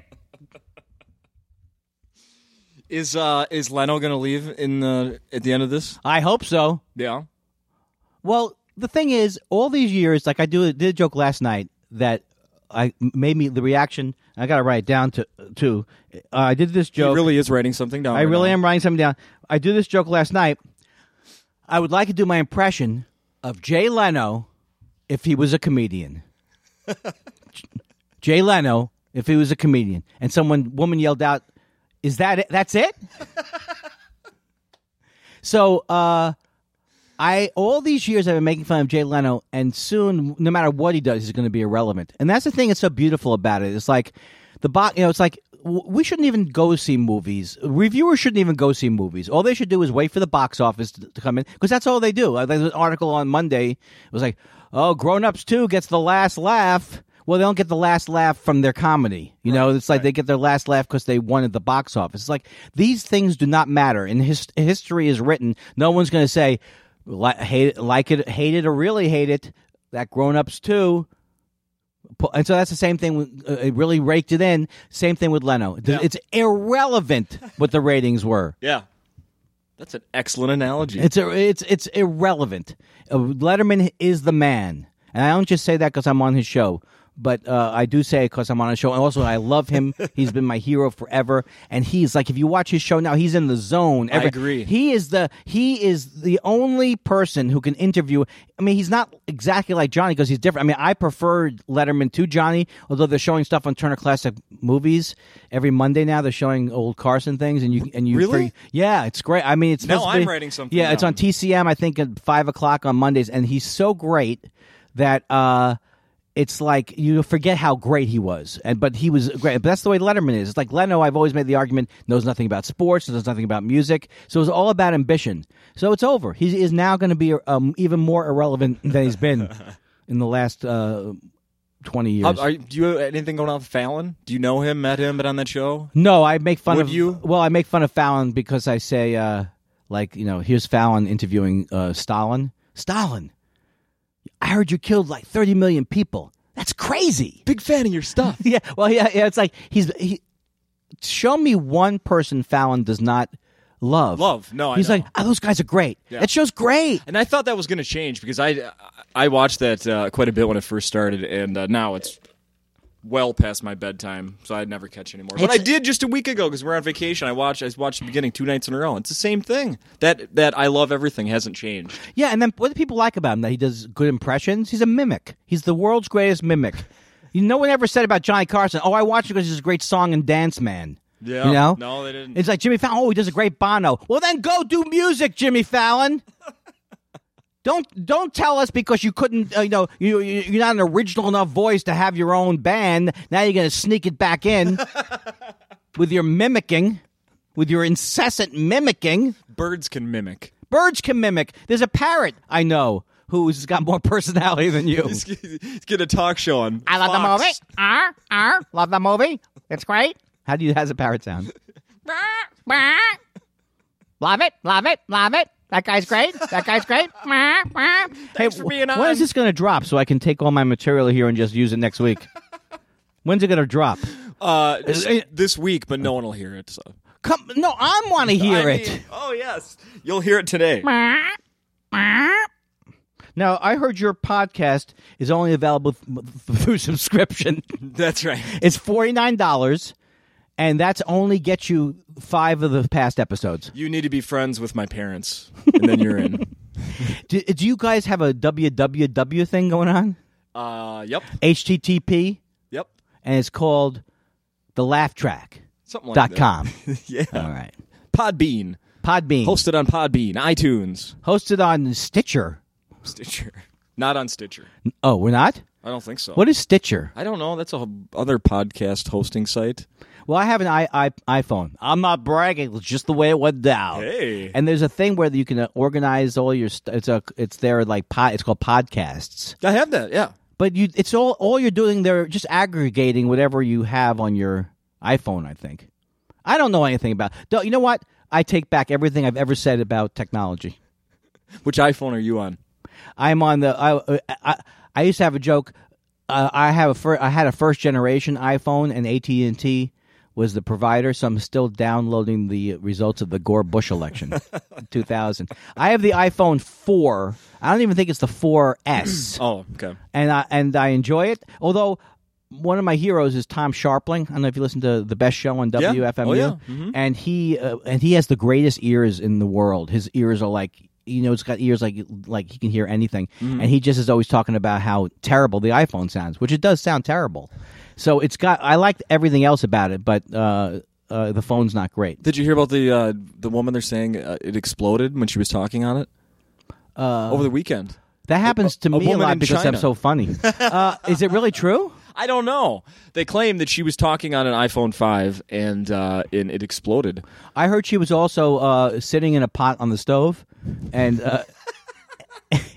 Speaker 2: Is uh is Leno gonna leave in the at the end of this?
Speaker 1: I hope so.
Speaker 2: Yeah.
Speaker 1: Well, the thing is, all these years, like I do, did a joke last night that I made me the reaction. I got to write it down to to. Uh, I did this
Speaker 2: He
Speaker 1: joke.
Speaker 2: really is writing something down.
Speaker 1: I really am writing something down. I do this joke last night. I would like to do my impression of Jay Leno if he was a
Speaker 2: [laughs]
Speaker 1: comedian. J- Jay Leno if he was a comedian, and someone woman yelled out, "Is that it? That's
Speaker 2: [laughs]
Speaker 1: it?" so, uh, I all these years I've been making fun of Jay Leno, and soon, no matter what he does, he's going to be irrelevant. And that's the thing that's so beautiful about it. It's like the box, you know, it's like w- we shouldn't even go see movies. Reviewers shouldn't even go see movies. All they should do is wait for the box office to, to come in because that's all they do. Like, There's an article on Monday. It was like, oh, Grown Ups 2 gets the last laugh. Well, they don't get the last laugh from their comedy. You know, it's like they get their last laugh because they won at the box office. It's like these things do not matter. And his- history is written. No one's going to say, li- hate, like it, hate it, or really hate it. That grown ups too. Po- And so that's the same thing. with- Uh, it really raked it in. Same thing with Leno. Th- It's irrelevant what the ratings were.
Speaker 2: Yeah. That's an excellent analogy.
Speaker 1: It's a, it's it's irrelevant. Uh, Letterman is the man, and I don't just say that because I'm on his show, but uh, I do say it because I'm on his show. And also, I love
Speaker 2: [laughs]
Speaker 1: him. he's been my hero forever, and he's like if you watch his show now, he's in the zone. Every-
Speaker 2: agree.
Speaker 1: He is the he is the only person who can interview. I mean, he's not exactly like Johnny because he's different. I mean, I prefer Letterman to Johnny, although they're showing stuff on Turner Classic Movies every Monday now. They're showing old Carson things, and you and you
Speaker 2: Really?
Speaker 1: yeah, it's great. I mean, it's
Speaker 2: Now
Speaker 1: supposed to
Speaker 2: I'm
Speaker 1: be-
Speaker 2: writing something
Speaker 1: Yeah, it's
Speaker 2: down.
Speaker 1: on TCM. I think at five o'clock on Mondays, and he's so great that uh, it's like you forget how great he was. And but he was great. But that's the way Letterman is. It's like Leno. I've always made the argument knows nothing about sports, knows nothing about music. So it's all about ambition. So it's over. He is now going to be um, even more irrelevant than he's
Speaker 2: [laughs]
Speaker 1: been in the last uh, twenty years.
Speaker 2: Uh, are, do you have anything going on with Fallon? Do you know him? Met him? Been on that show?
Speaker 1: No, I make fun
Speaker 2: Would
Speaker 1: of
Speaker 2: you?
Speaker 1: Well, I make fun of Fallon because I say, uh, like, you know, here's Fallon interviewing uh, Stalin. Stalin, I heard you killed like 30 million people. That's crazy. [laughs]
Speaker 2: Big fan of your stuff.
Speaker 1: yeah. Well, yeah, yeah. It's like he's he. Show me one person Fallon does not love.
Speaker 2: Love. No, I
Speaker 1: he's
Speaker 2: know.
Speaker 1: like, oh, those guys are great. That show's great.
Speaker 2: [laughs] And I thought that was going to change because I I watched that uh, quite a bit when it first started, and uh, now it's well past my bedtime, so I'd never catch anymore. But I
Speaker 1: It's-
Speaker 2: did just a week ago because we're on vacation. I watched I watched the beginning two nights in a row. It's the same thing. That that I love everything hasn't changed.
Speaker 1: Yeah, and then what do people like about him? That he does good impressions. He's a mimic. He's the world's greatest
Speaker 2: [laughs]
Speaker 1: mimic. You, no one ever said about Johnny Carson, "Oh, I watched it because he's a great song and dance man."
Speaker 2: Yeah.
Speaker 1: you know,
Speaker 2: No, they didn't.
Speaker 1: It's like Jimmy Fallon. Oh, he does a great Bono. Well, then go do music, Jimmy [laughs] Fallon. don't don't tell us because you couldn't. Uh, you know, you, you you're not an original enough voice to have your own band. Now you're going to sneak it back [laughs] in with your mimicking, with your incessant mimicking.
Speaker 2: Birds can mimic. [laughs]
Speaker 1: Birds can mimic. There's a parrot I know who's got more personality than you.
Speaker 2: Get a talk show on.
Speaker 3: I love
Speaker 2: Fox.
Speaker 3: the movie. R R.
Speaker 1: Love that movie.
Speaker 3: It's great.
Speaker 1: How do you? How's a parrot sound?
Speaker 3: Brr, brr. Love it. Love it. Love it. That guy's great. That guy's [laughs] great. Brr, brr.
Speaker 1: [laughs] Thanks hey, for being When is this going to drop so I can take all my material here and just use it next [laughs] week? When's it going to drop?
Speaker 2: Uh, this- this week, but no one will hear it. So.
Speaker 1: Come, no, I want to hear
Speaker 2: I
Speaker 1: it.
Speaker 2: mean, oh yes, you'll hear it today.
Speaker 3: Brr, brr.
Speaker 1: Now, I heard your podcast is only available th- through [laughs] subscription.
Speaker 2: That's right.
Speaker 1: It's forty nine dollars, and that's only gets you five of the past episodes.
Speaker 2: You need to be friends with my parents, and then
Speaker 1: [laughs]
Speaker 2: you're in.
Speaker 1: Do, do you guys have a www thing going on?
Speaker 2: Uh, yep,
Speaker 1: HTTP,
Speaker 2: yep,
Speaker 1: and it's called the Laugh Track
Speaker 2: something like
Speaker 1: dot
Speaker 2: that.
Speaker 1: com. [laughs]
Speaker 2: Yeah,
Speaker 1: All right,
Speaker 2: Podbean,
Speaker 1: Podbean
Speaker 2: hosted on Podbean, iTunes,
Speaker 1: hosted on Stitcher.
Speaker 2: Stitcher, [laughs] not on Stitcher.
Speaker 1: Oh, we're not.
Speaker 2: I don't think so.
Speaker 1: What is Stitcher?
Speaker 2: I don't know. That's a whole other podcast hosting site.
Speaker 1: Well, I have an I, I, iPhone. I'm not bragging. It's just the way it went down.
Speaker 2: Hey.
Speaker 1: And there's a thing where you can uh, organize all your. St- it's a. It's there like pod. It's called podcasts.
Speaker 2: I have that. Yeah,
Speaker 1: But you, it's all all you're doing there, just aggregating whatever you have on your iPhone. I think. I don't know anything about. do you know what? I take back everything I've ever said about technology.
Speaker 2: Which iPhone are you on?
Speaker 1: I'm on the. I I, I used to have a joke. Uh, I have a fir- I had a first generation iPhone, and AT and T was the provider. So I'm still downloading the results of the Gore Bush election, 2000. I have the iPhone four. I don't even think it's the 4S,
Speaker 2: Oh, okay.
Speaker 1: and I and I enjoy it. Although one of my heroes is Tom Sharpling. I don't know if you listen to the best show on
Speaker 2: Yeah.
Speaker 1: WFMU,
Speaker 2: Oh, yeah.
Speaker 1: and he uh, and he has the greatest ears in the world. His ears are like you know, it's got ears like like he can hear anything,
Speaker 2: Mm-hmm.
Speaker 1: and he just is always talking about how terrible the iPhone sounds, which it does sound terrible. So it's got I liked everything else about it, but uh, uh, the phone's not great.
Speaker 2: Did you hear about the uh, the woman they're saying uh, it exploded when she was talking on it uh, over the weekend?
Speaker 1: That happens to
Speaker 2: a
Speaker 1: me a
Speaker 2: woman
Speaker 1: lot
Speaker 2: in
Speaker 1: because I'm
Speaker 2: China.
Speaker 1: so
Speaker 2: [laughs]
Speaker 1: funny. uh, is it really true?
Speaker 2: I don't know. They claim that she was talking on an iPhone five and uh, and it exploded.
Speaker 1: I heard she was also uh, sitting in a pot on the stove, and uh,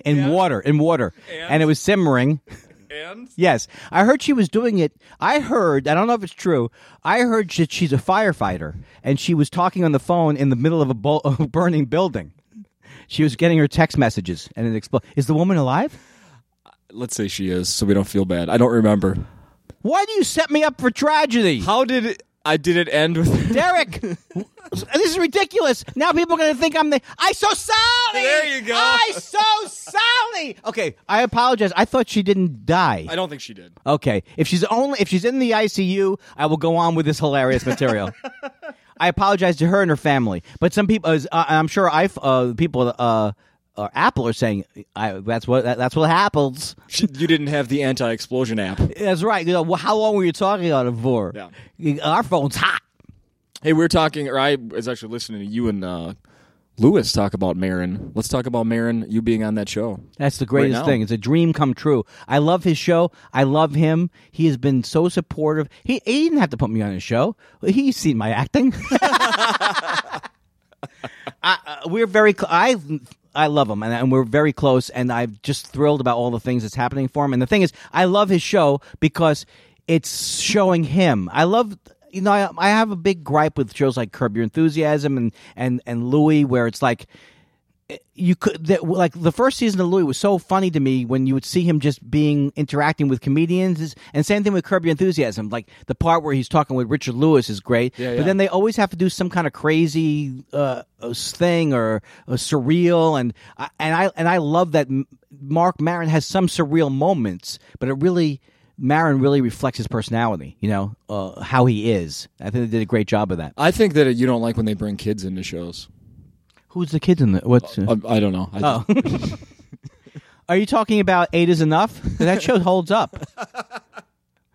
Speaker 1: in water, in water, and it was simmering.
Speaker 2: And
Speaker 1: Yes, I heard she was doing it. I heard, I don't know if it's true. I heard that she's a firefighter and she was talking on the phone in the middle of a, bu- [laughs] a burning building. She was getting her text messages and it exploded. Is the woman alive?
Speaker 2: let's say she is, so we don't feel bad. I don't remember.
Speaker 1: Why do you set me up for tragedy?
Speaker 2: How did it? I did it end with? [laughs]
Speaker 1: Derek, w- this is ridiculous. Now people are going to think I'm the I so sorry.
Speaker 2: There you go.
Speaker 1: I so sorry. Okay, I apologize. I thought she didn't die.
Speaker 2: I don't think she did.
Speaker 1: Okay. If she's only if she's in the ICU, I will go on with this hilarious
Speaker 2: [laughs]
Speaker 1: material. I apologize to her and her family, but some people, as- uh, I'm sure, I uh, people, uh, uh, Apple are saying I, that's what that, that's what happens.
Speaker 2: She, you didn't have the anti-explosion app.
Speaker 1: That's right. You know, well, how long were you talking on it for? Our phone's hot.
Speaker 2: Hey, we were talking, or I was actually listening to you and uh, Lewis talk about Marin. Let's talk about Marin. You being on that show.
Speaker 1: That's the greatest
Speaker 2: now.
Speaker 1: thing. It's a dream come true. I love his show. I love him. He has been so supportive. He, he didn't have to put me on his show. He's seen my acting. [laughs] I, uh, we're very. Cl- I I love him, and, and we're very close. And I'm just thrilled about all the things that's happening for him. And the thing is, I love his show because it's showing him. I love. You know, I, I have a big gripe with shows like Curb Your Enthusiasm and and and Louis, where it's like you could that like the first season of Louis was so funny to me when you would see him just being interacting with comedians and same thing with Curb Your Enthusiasm like the part where he's talking with Richard Lewis is great
Speaker 2: Yeah,
Speaker 1: but
Speaker 2: yeah.
Speaker 1: then they always have to do some kind of crazy uh, uh, thing or uh, surreal and I- and I and I love that M- Mark Maron has some surreal moments but it really Maron really reflects his personality you know uh, how he is I think they did a great job of that
Speaker 2: I think that you don't like when they bring kids into shows.
Speaker 1: who's the kid in the what's
Speaker 2: I, I don't know. I, oh. [laughs]
Speaker 1: Are you talking about Eight is Enough? 'Cause That show holds up.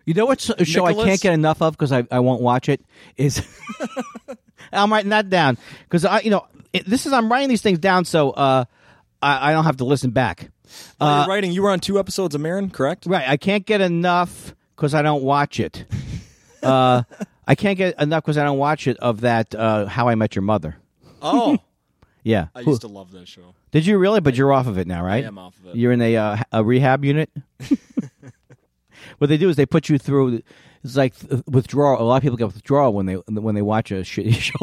Speaker 1: You know what s- show I
Speaker 2: Nicholas?
Speaker 1: can't get enough of because I, I won't watch it is [laughs] I'm writing that down because I you know it, this is I'm writing these things down so uh I, I don't have to listen back.
Speaker 2: you're writing. You were on two episodes of Marin, correct?
Speaker 1: Right, I can't get enough because I don't watch it. uh, I can't get enough because I don't watch it of that uh, How I Met Your Mother.
Speaker 2: Oh,
Speaker 1: Yeah,
Speaker 2: [laughs] I used to love that show.
Speaker 1: did you really? But you're off of it now, right?
Speaker 2: I am off of it.
Speaker 1: You're in a uh, a rehab
Speaker 2: [laughs]
Speaker 1: unit. [laughs] what they do is they put you through. It's like th- withdrawal. A lot of people get withdrawal when they when they watch a shitty [laughs] show.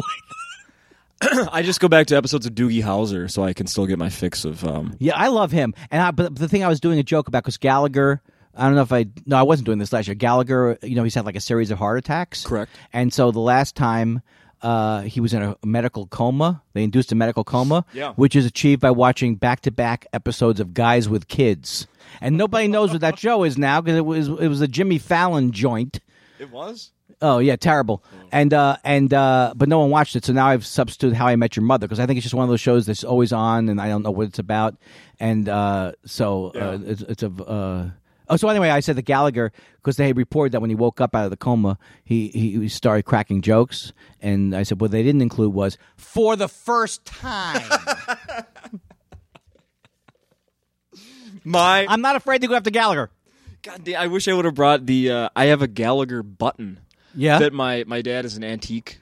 Speaker 2: I just go back to episodes of Doogie Howser so I can still get my fix of. Um,
Speaker 1: yeah, I love him. And I, but the thing I was doing a joke about because Gallagher. I don't know if I no, I wasn't doing this last year. Gallagher, you know, he's had like a series of heart attacks.
Speaker 2: Correct.
Speaker 1: And so the last time. Uh, he was in a medical coma. They induced a medical coma,
Speaker 2: Yeah.
Speaker 1: which is achieved by watching back-to-back episodes of Guys with Kids. And nobody knows what that show is now because it was it was a Jimmy Fallon joint.
Speaker 2: it was.
Speaker 1: Oh yeah, terrible. And uh and uh but no one watched it, so now I've substituted How I Met Your Mother because I think it's just one of those shows that's always on, and I don't know what it's about. And uh so uh, it's, it's a. Uh, Oh, so anyway, I said that Gallagher because they had reported that when he woke up out of the coma, he he started cracking jokes, and I said what they didn't include was for the first time.
Speaker 2: My
Speaker 1: I'm not afraid to go after Gallagher.
Speaker 2: God damn, I wish I would have brought the. Uh, I have a Gallagher button.
Speaker 1: Yeah?
Speaker 2: That my my dad is an antique.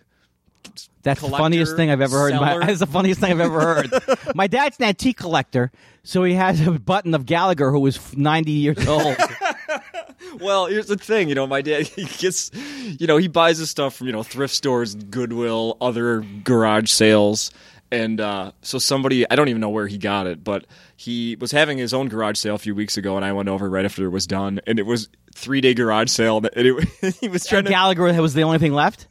Speaker 1: That's the funniest
Speaker 2: collector,
Speaker 1: thing I've ever heard. in my- [laughs]
Speaker 2: seller.
Speaker 1: that's the funniest thing I've ever heard.
Speaker 2: [laughs]
Speaker 1: my
Speaker 2: [laughs]
Speaker 1: dad's an antique collector, so he has a button of Gallagher who was f- 90 years old.
Speaker 2: Well, here's the thing, you know, my dad [laughs] he gets, you know, he buys his stuff from you know thrift stores, Goodwill, other garage sales, and uh, so somebody I don't even know where he got it, but he was having his own garage sale a few weeks ago, and I went over right after it was done, and it was three day garage sale, and it, [laughs] he was trying to.
Speaker 1: Gallagher was the only thing left.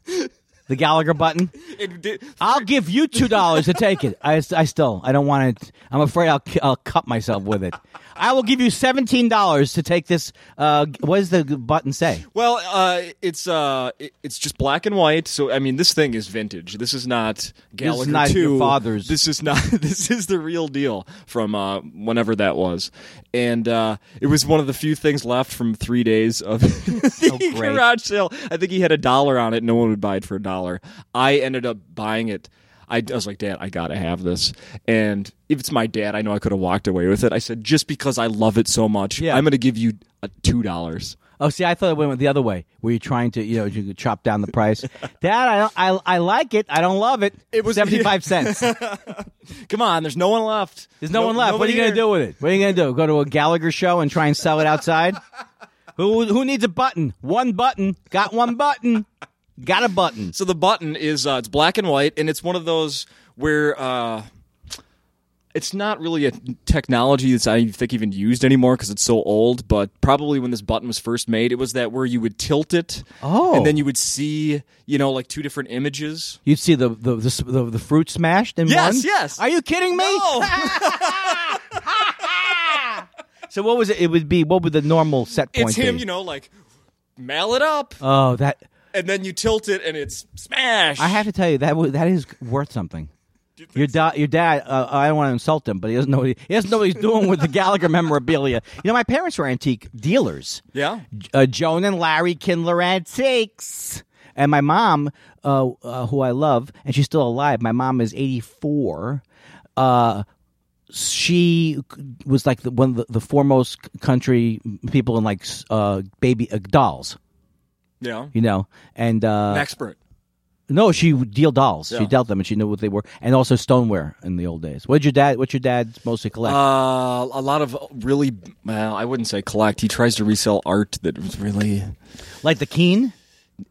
Speaker 1: The Gallagher button.
Speaker 2: It did,
Speaker 1: I'll give you two dollars to take it. I, I still I don't want it. I'm afraid I'll ki- I'll cut myself with it. I will give you seventeen dollars to take this. Uh, what does the button say?
Speaker 2: Well, uh, it's uh, it- it's just black and white. So I mean, this thing is vintage. This is not Gallagher
Speaker 1: not
Speaker 2: two.
Speaker 1: your father's.
Speaker 2: This is not. [laughs] This is the real deal from uh, whenever that was, and uh, it was one of the few things left from three days of [laughs] the
Speaker 1: Oh, great.
Speaker 2: garage sale. I think he had a dollar on it. No one would buy it for a dollar. I ended up buying it. I, I was like, Dad, I gotta have this. And if it's my dad, I know I could have walked away with it. I said, just because I love it so much,
Speaker 1: Yeah.
Speaker 2: I'm gonna give you uh, two dollars.
Speaker 1: Oh, see, I thought it went the other way. Were you trying to, you know, you could chop down the
Speaker 2: [laughs]
Speaker 1: price? Dad, I, don't- I, I like it. I don't love it. It
Speaker 2: was- [laughs]
Speaker 1: seventy-five cents.
Speaker 2: Come on, there's no one left.
Speaker 1: There's no, one left. What are you going to do with it? What are you going to do? Go to a Gallagher show and try and sell it
Speaker 2: [laughs]
Speaker 1: outside? who who needs a button? One button. Got one button. Got a button.
Speaker 2: So the button is uh, it's black and white, and it's one of those where uh, it's not really a technology that's I think even used anymore because it's so old. But probably when this button was first made, it was that where you would tilt it,
Speaker 1: Oh.
Speaker 2: and then you would see you know like two different images.
Speaker 1: You'd see the the the, s- the, the fruit smashed in
Speaker 2: Yes,
Speaker 1: one.
Speaker 2: yes.
Speaker 1: Are you kidding me?
Speaker 2: Oh,
Speaker 1: So what was it? It would be what would the normal set point
Speaker 2: [laughs] it's him,
Speaker 1: be?
Speaker 2: you know, like mail it up,
Speaker 1: oh, that
Speaker 2: and then you tilt it, and it's smash.
Speaker 1: I have to tell you that wa- that is worth something. Your, da- your dad, uh, I don't want to insult him, but he doesn't know what he, he doesn't know what he's doing with the Gallagher memorabilia. You know, my parents were antique dealers.
Speaker 2: Yeah.
Speaker 1: J- uh, Joan and Larry Kindler Antiques. And my mom, uh, uh, who I love, and she's still alive. My mom is 84. Uh, she c- was like the, one of the, the foremost c- country people in like s- uh, baby uh, dolls,
Speaker 2: Yeah,
Speaker 1: you know, and uh,
Speaker 2: an expert.
Speaker 1: no, she would deal dolls.
Speaker 2: Yeah.
Speaker 1: She dealt them, and she knew what they were, and also stoneware in the old days. What did your dad? What's your dad mostly collect?
Speaker 2: Uh, a lot of really, well, I wouldn't say collect. He tries to resell art that was really.
Speaker 1: like the Keen?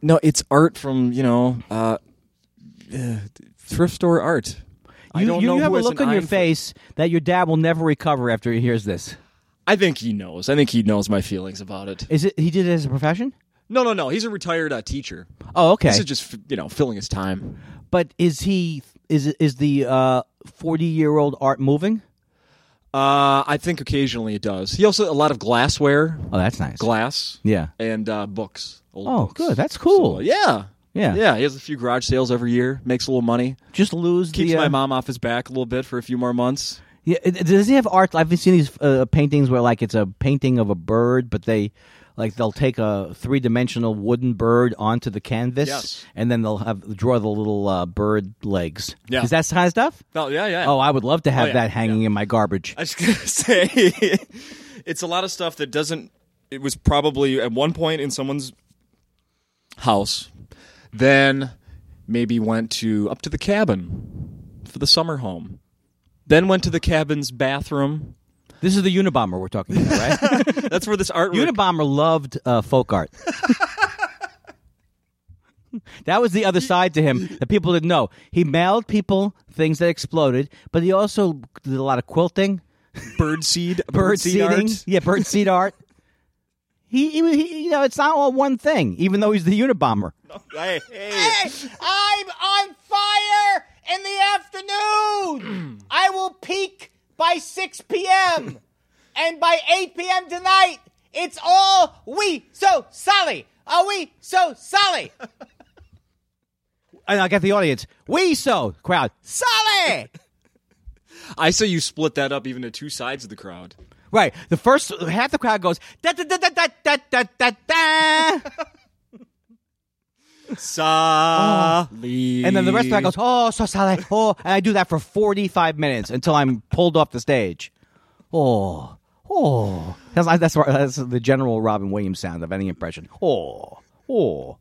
Speaker 2: No, it's art from you know, uh, uh, thrift store art. I
Speaker 1: You,
Speaker 2: don't
Speaker 1: you
Speaker 2: know
Speaker 1: have
Speaker 2: who
Speaker 1: a
Speaker 2: has
Speaker 1: look
Speaker 2: an
Speaker 1: on your
Speaker 2: eye for-
Speaker 1: face that your dad will never recover after he hears this.
Speaker 2: I think he knows. I think he knows my feelings about it.
Speaker 1: Is it? He did it as a profession?
Speaker 2: No, no, no. He's a retired uh, teacher.
Speaker 1: Oh, okay.
Speaker 2: This is just you know filling his time.
Speaker 1: but is he? Is is the uh, forty-year-old art moving?
Speaker 2: Uh, I think occasionally it does. He also a lot of glassware,
Speaker 1: Oh, that's nice.
Speaker 2: glass,
Speaker 1: yeah.
Speaker 2: and uh, books. Old
Speaker 1: Oh,
Speaker 2: books.
Speaker 1: good. That's cool.
Speaker 2: So, yeah.
Speaker 1: Yeah.
Speaker 2: yeah. He has a few garage sales every year. Makes a little money.
Speaker 1: Just lose
Speaker 2: Keeps
Speaker 1: the. uh,
Speaker 2: my mom off his back a little bit for a few more months.
Speaker 1: Yeah, it- it- does he have art? I've seen these uh, paintings where like it's a painting of a bird, but they like they'll take a three dimensional wooden bird onto the canvas,
Speaker 2: Yes.
Speaker 1: and then they'll have draw the little uh, bird legs.
Speaker 2: Yeah.
Speaker 1: is that the kind of stuff?
Speaker 2: Oh yeah, yeah.
Speaker 1: Oh, I would love to have
Speaker 2: yeah,
Speaker 1: that hanging in my garbage.
Speaker 2: [laughs] I was gonna say [laughs] it's a lot of stuff that doesn't. It was probably at one point in someone's house, then maybe went to up to the cabin for the summer home, then went to the cabin's bathroom.
Speaker 1: This is the Unabomber we're talking
Speaker 2: [laughs]
Speaker 1: about, right?
Speaker 2: That's where this artwork.
Speaker 1: Unabomber loved uh, folk art. that was the other side to him that people didn't know. He mailed people things that exploded, but he also did a lot of quilting.
Speaker 2: bird [laughs] seed,
Speaker 1: bird
Speaker 2: seed art.
Speaker 1: seeding. Yeah, bird seed art. He, he, he, you know, it's not all one thing. Even though he's the Unabomber.
Speaker 2: Hey, hey.
Speaker 1: I'm on fire in the
Speaker 2: [clears throat]
Speaker 1: afternoon. I will peak by 6 p.m. and by 8 p.m. tonight. It's all we so solid. Are we so solid? And I got the audience. We so crowd [laughs] solid.
Speaker 2: I say you split that up even to two sides of the crowd.
Speaker 1: Right. The first half the crowd goes da da da da da da da da da.
Speaker 2: Sally. Oh.
Speaker 1: And then the rest of that goes, oh, so sorry. Oh, and I do that for 45 minutes until I'm pulled off the stage. Oh, oh. That's, that's, that's the general Robin Williams sound of any impression. Oh, oh.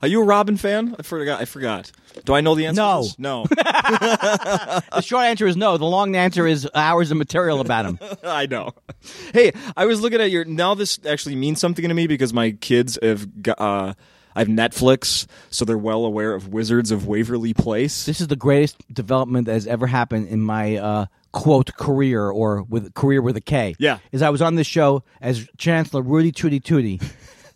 Speaker 2: Are you a Robin fan? I forgot. I forgot. Do I know the answer? to
Speaker 1: No.
Speaker 2: this? No. [laughs]
Speaker 1: The short answer is no. The long answer is hours of material about him.
Speaker 2: I know. Hey, I was looking at your. Now this actually means something to me because my kids have. got- Uh, I have Netflix, so they're well aware of Wizards of Waverly Place.
Speaker 1: This is the greatest development that has ever happened in my uh, quote career or with career with a K.
Speaker 2: Yeah.
Speaker 1: is I was on this show as Chancellor Rudy Tooty Tooty,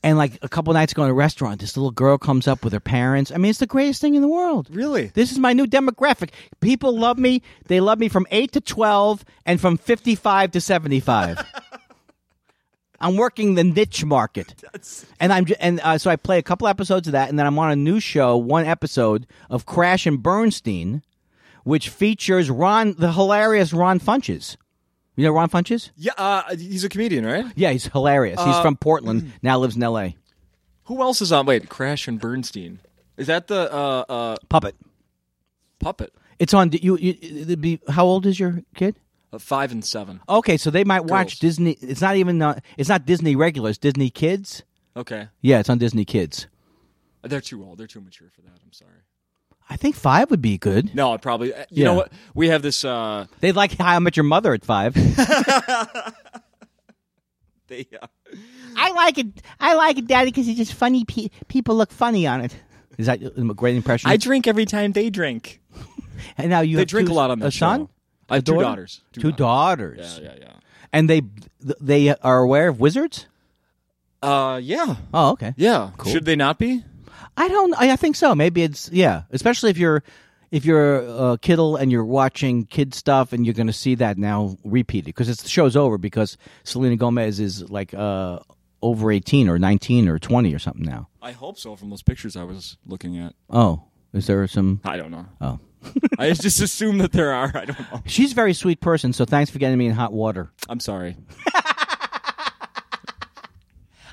Speaker 1: and like a couple nights ago in a restaurant, this little girl comes up with her parents. I mean, it's the greatest thing in the world.
Speaker 2: Really?
Speaker 1: this is my new demographic. People love me. They love me from eight to twelve, and from fifty-five to seventy-five. I'm working the niche market, and I'm ju- and uh, so I play a couple episodes of that, and then I'm on a new show, one episode of Crash and Bernstein, which features Ron, the hilarious Ron Funches. You know Ron Funches?
Speaker 2: Yeah, uh, he's a comedian, right?
Speaker 1: Yeah, he's hilarious. He's from Portland, now lives in L.A.
Speaker 2: Who else is on? Wait, Crash and Bernstein. Is that the uh, uh,
Speaker 1: Puppet.
Speaker 2: puppet?
Speaker 1: It's on. You, you, it'd be, how old is your kid?
Speaker 2: Uh, five and seven.
Speaker 1: Okay, so they might watch
Speaker 2: Girls.
Speaker 1: Disney. It's not even. Uh, it's not Disney regular. It's Disney Kids.
Speaker 2: Okay,
Speaker 1: Yeah, it's on Disney Kids.
Speaker 2: they're too old. They're too mature for that. I'm sorry.
Speaker 1: I think five would be good.
Speaker 2: No, I probably. uh,
Speaker 1: Yeah.
Speaker 2: You know what? We have this. Uh,
Speaker 1: They'd like How I Met Your Mother at
Speaker 2: [laughs]
Speaker 1: five.
Speaker 2: they, uh,
Speaker 3: I like it. I like it, Daddy, because it's just funny. Pe- people look funny on it.
Speaker 1: Is that a great impression?
Speaker 2: drink every time they drink.
Speaker 1: and now you
Speaker 2: They
Speaker 1: have
Speaker 2: drink
Speaker 1: two-
Speaker 2: a lot on that
Speaker 1: a son,
Speaker 2: show. I have two
Speaker 1: daughter?
Speaker 2: daughters.
Speaker 1: two daughters,
Speaker 2: Yeah, yeah,
Speaker 1: and they they are aware of wizards.
Speaker 2: yeah. Uh, yeah,
Speaker 1: Oh, okay.
Speaker 2: yeah. Should they not be?
Speaker 1: I don't. I, I think so. Maybe it's yeah. Especially if you're if you're uh, Kittle and you're watching kid stuff and you're going to see that now repeated because it's the show's over because Selena Gomez is like uh, over eighteen or nineteen or twenty or something now.
Speaker 2: I hope so. From those pictures I was looking at,
Speaker 1: Oh, is there some?
Speaker 2: I don't know.
Speaker 1: Oh,
Speaker 2: [laughs] I just assume that there are. I don't know.
Speaker 1: she's a very sweet person. So thanks for getting me in hot water.
Speaker 2: I'm sorry.